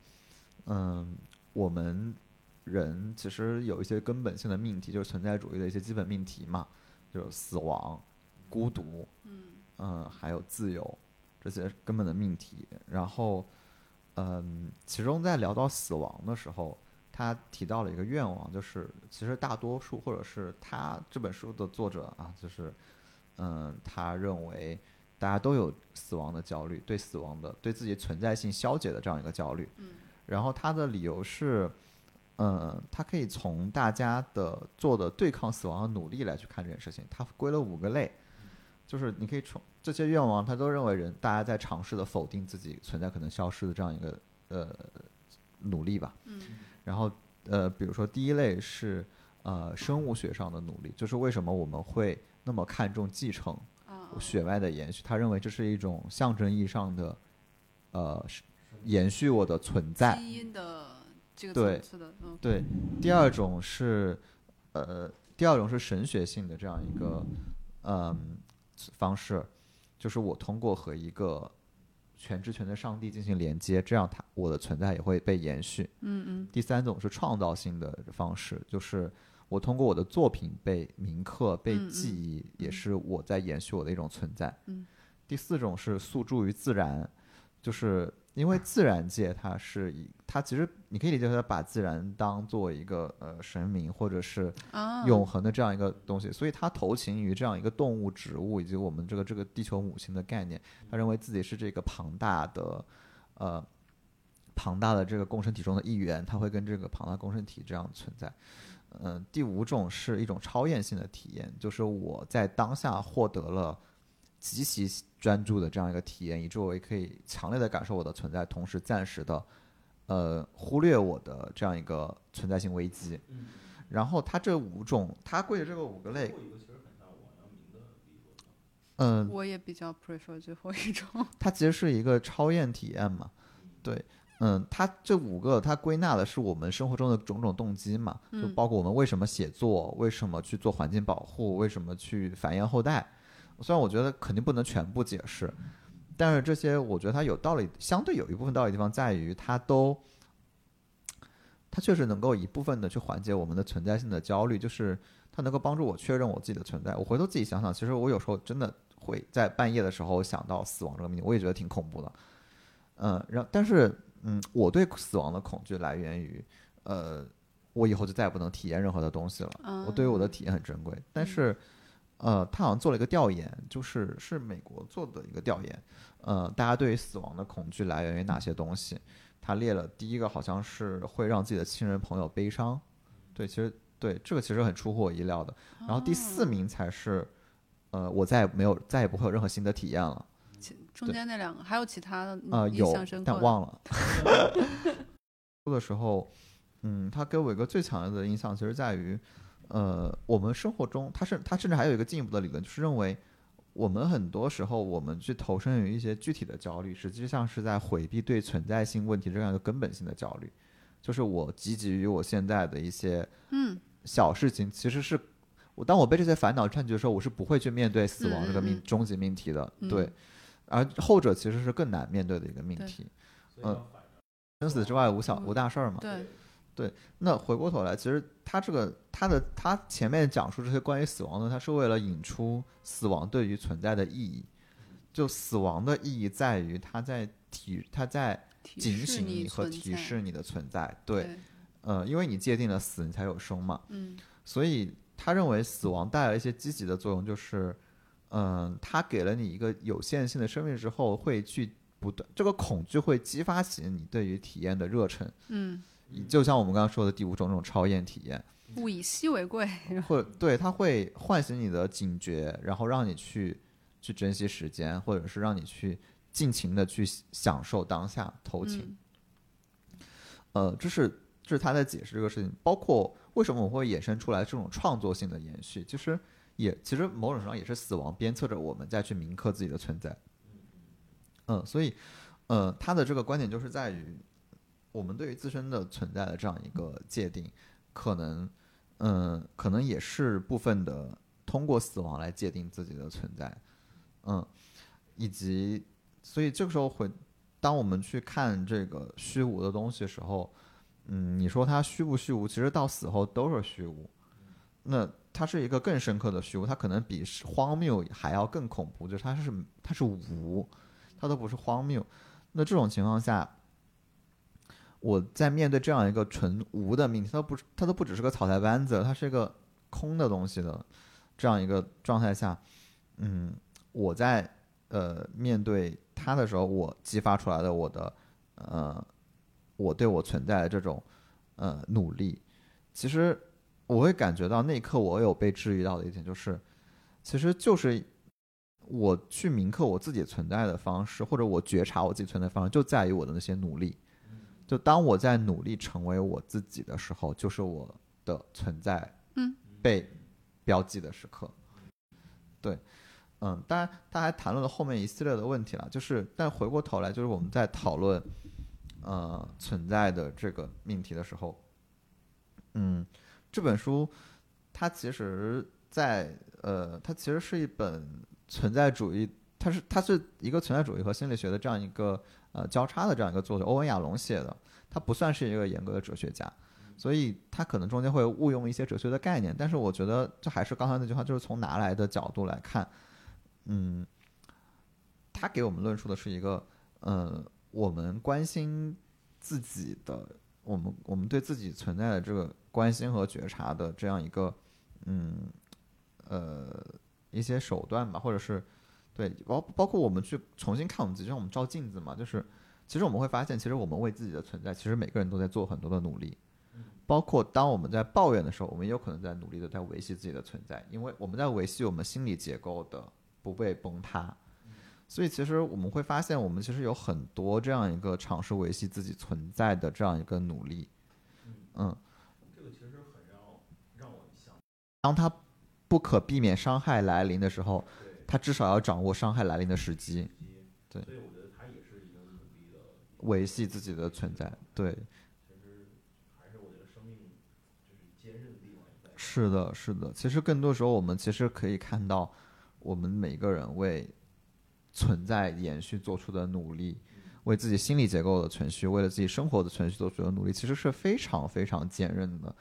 Speaker 3: 嗯，我们人其实有一些根本性的命题，就是存在主义的一些基本命题嘛，就是死亡、孤独，
Speaker 4: 嗯
Speaker 3: 嗯，还有自由这些根本的命题。然后，嗯，其中在聊到死亡的时候，他提到了一个愿望，就是其实大多数或者是他这本书的作者啊，就是嗯，他认为大家都有死亡的焦虑，对死亡的对自己存在性消解的这样一个焦虑。
Speaker 4: 嗯
Speaker 3: 然后他的理由是。嗯，他可以从大家的做的对抗死亡的努力来去看这件事情。他归了五个类，就是你可以从这些愿望，他都认为人大家在尝试的否定自己存在可能消失的这样一个呃努力吧。
Speaker 4: 嗯
Speaker 3: 然后呃，比如说第一类是呃生物学上的努力，就是为什么我们会那么看重继承
Speaker 4: 啊，
Speaker 3: 血脉的延续，他认为这是一种象征意义上的呃是延续我的存在。
Speaker 4: 基因的这个
Speaker 3: 对
Speaker 4: 层次的，嗯，
Speaker 3: 对，第二种是呃，第二种是神学性的这样一个嗯方式，就是我通过和一个全知全能上帝进行连接，这样他我的存在也会被延续。
Speaker 4: 嗯嗯
Speaker 3: 第三种是创造性的方式，就是我通过我的作品被铭刻、被
Speaker 4: 嗯嗯
Speaker 3: 记忆，也
Speaker 4: 嗯
Speaker 3: 是我在延续我的一种存在。
Speaker 4: 嗯
Speaker 3: 第四种是诉诸于自然，就是因为自然界它是以它其实你可以理解它把自然当做一个呃神明或者是
Speaker 4: 啊，
Speaker 3: 永恒的这样一个东西，所以他投情于这样一个动物、植物以及我们这个这个地球母亲的概念，他认为自己是这个庞大的，呃，庞大的这个共生体中的一员，他会跟这个庞大共生体这样存在。嗯、第五种是一种超验性的体验，就是我在当下获得了极其专注的这样一个体验，以致我也可以强烈的感受我的存在，同时暂时的，呃，忽略我的这样一个存在性危机。然后它这五种，它归的这个五个类，嗯，
Speaker 4: 我也比较 prefer 最后一种，
Speaker 3: 它其实是一个超验体验嘛，对，嗯，它这五个它归纳的是我们生活中的种种动机嘛，就
Speaker 4: 嗯
Speaker 3: 包括我们为什么写作，为什么去做环境保护，为什么去繁衍后代。虽然我觉得肯定不能全部解释，但是这些我觉得它有道理，相对有一部分道理的地方在于它都，它确实能够一部分的去缓解我们的存在性的焦虑，就是它能够帮助我确认我自己的存在。我回头自己想想，其实我有时候真的会在半夜的时候想到死亡这个命题，我也觉得挺恐怖的。嗯，然后但是嗯，我对死亡的恐惧来源于呃，我以后就再也不能体验任何的东西了。[LAUGHS]
Speaker 4: 嗯，
Speaker 3: 我对于我的体验很珍贵。但是，呃，他好像做了一个调研，就是是美国做的一个调研，呃，大家对于死亡的恐惧来源于哪些东西？他列了第一个好像是会让自己的亲人朋友悲伤，对，其实对这个其实很出乎我意料的。
Speaker 4: 哦
Speaker 3: 然后第
Speaker 4: 啊
Speaker 3: 四名才是，呃，我再也没有再也不会有任何新的体验了。
Speaker 4: 其中间那两个还有其他的
Speaker 3: 啊，
Speaker 4: 嗯印
Speaker 3: 有
Speaker 4: 象深，刻
Speaker 3: 但
Speaker 4: 的
Speaker 3: 忘了。说的时候，嗯，他给我一个最强烈的印象，其实在于，呃，我们生活中，他是他甚至还有一个进一步的理论，就是认为我们很多时候我们去投身于一些具体的焦虑，实际上是在回避对存在性问题这样一个根本性的焦虑，就是我汲汲于我现在的一些
Speaker 4: 嗯
Speaker 3: 小事情，其实是。我当我被这些烦恼占据的时候，我是不会去面对死亡这个命、
Speaker 4: 嗯嗯嗯
Speaker 3: 终极命题的，
Speaker 4: 嗯
Speaker 3: 对。而后者其实是更难面对的一个命
Speaker 4: 对嗯
Speaker 3: 题。嗯，生死之外无小无大事儿嘛。
Speaker 4: 对
Speaker 3: 那回过头来，其实他这个他的他前面讲述这些关于死亡的，他是为了引出死亡对于存在的意义。就死亡的意义在于它在提，它在
Speaker 4: 提
Speaker 3: 警
Speaker 4: 示
Speaker 3: 醒
Speaker 4: 你
Speaker 3: 你和
Speaker 4: 存
Speaker 3: 提
Speaker 4: 在
Speaker 3: 示你的存在。对，
Speaker 4: 对
Speaker 3: 呃，因为你界定了死，你才有生嘛。
Speaker 4: 嗯
Speaker 3: 所以他认为死亡带来一些积极的作用，就是，嗯，他给了你一个有限性的生命之后，会去不断这个恐惧会激发起你对于体验的热忱，
Speaker 4: 嗯，
Speaker 3: 就像我们刚刚说的第五种这种超验体验，
Speaker 4: 物以稀为贵，
Speaker 3: 或者对它会唤醒你的警觉，然后让你去去珍惜时间，或者是让你去尽情的去享受当下，投情。
Speaker 4: 嗯
Speaker 3: 呃，这是这是他在解释这个事情，包括为什么我会衍生出来这种创作性的延续，其实也其实某种程度上也是死亡鞭策着我们再去铭刻自己的存在。嗯，所以，呃，他的这个观点就是在于我们对于自身的存在的这样一个界定，可能，嗯、可能也是部分的通过死亡来界定自己的存在，嗯，以及所以这个时候回当我们去看这个虚无的东西的时候，嗯，你说它虚不虚无，其实到死后都是虚无。那它是一个更深刻的虚无，它可能比是荒谬还要更恐怖，就是它是它是无，它都不是荒谬。那这种情况下，我在面对这样一个纯无的命题，它不是它都不只是个草台班子，它是一个空的东西的这样一个状态下，嗯，我在呃面对他的时候，我激发出来的我的呃我对我存在的这种呃努力，其实我会感觉到那一刻我有被治愈到的一点，就是其实就是我去铭刻我自己存在的方式，或者我觉察我自己存在的方式，就在于我的那些努力。就当我在努力成为我自己的时候，就是我的存在
Speaker 4: 嗯
Speaker 3: 被标记的时刻。对，嗯、嗯，当然他还谈论了后面一系列的问题了，就是但回过头来，就是我们在讨论呃存在的这个命题的时候，嗯，这本书它其实在呃，它其实是一本存在主义，它是它是一个存在主义和心理学的这样一个呃交叉的这样一个作者欧文亚龙写的，他不算是一个严格的哲学家。所以他可能中间会误用一些哲学的概念，但是我觉得这还是刚才那句话，就是从拿来的角度来看，嗯，他给我们论述的是一个，呃，我们关心自己的，我们我们对自己存在的这个关心和觉察的这样一个，嗯，呃，一些手段吧，或者是对包包括我们去重新看我们自己，像我们照镜子嘛，就是其实我们会发现，其实我们为自己的存在，其实每个人都在做很多的努力。包括当我们在抱怨的时候，我们也有可能在努力的在维系自己的存在，因为我们在维系我们心理结构的不被崩塌。所以其实我们会发现，我们其实有很多这样一个尝试维系自己存在的这样一个努力。嗯，这个其实很让让我想，当他不可避免伤害来临的时候，他至少要掌握伤害来临的时机。对，所以我觉得他也是一个努力的维系自己的存在。对。是的，是的。其实更多时候，我们其实可以看到，我们每个人为存在延续做出的努力，为自己心理结构的存续，为了自己生活的存续做出的努力，其实是非常非常坚韧的。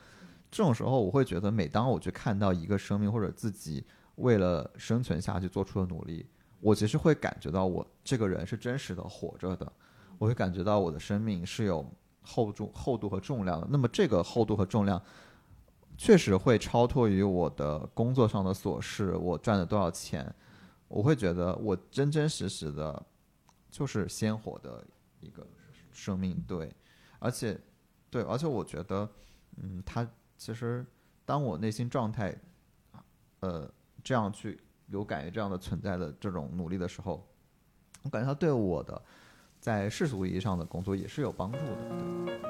Speaker 3: 这种时候，我会觉得，每当我去看到一个生命或者自己为了生存下去做出的努力，我其实会感觉到我这个人是真实的活着的，我会感觉到我的生命是有厚重、厚度和重量的。那么，这个厚度和重量。确实会超脱于我的工作上的琐事，我赚了多少钱，我会觉得我真真实实的，就是鲜活的一个生命，对，而且，对，而且我觉得，嗯，他其实当我内心状态，呃，这样去有感于这样的存在的这种努力的时候，我感觉他对我的在世俗意义上的工作也是有帮助的，对。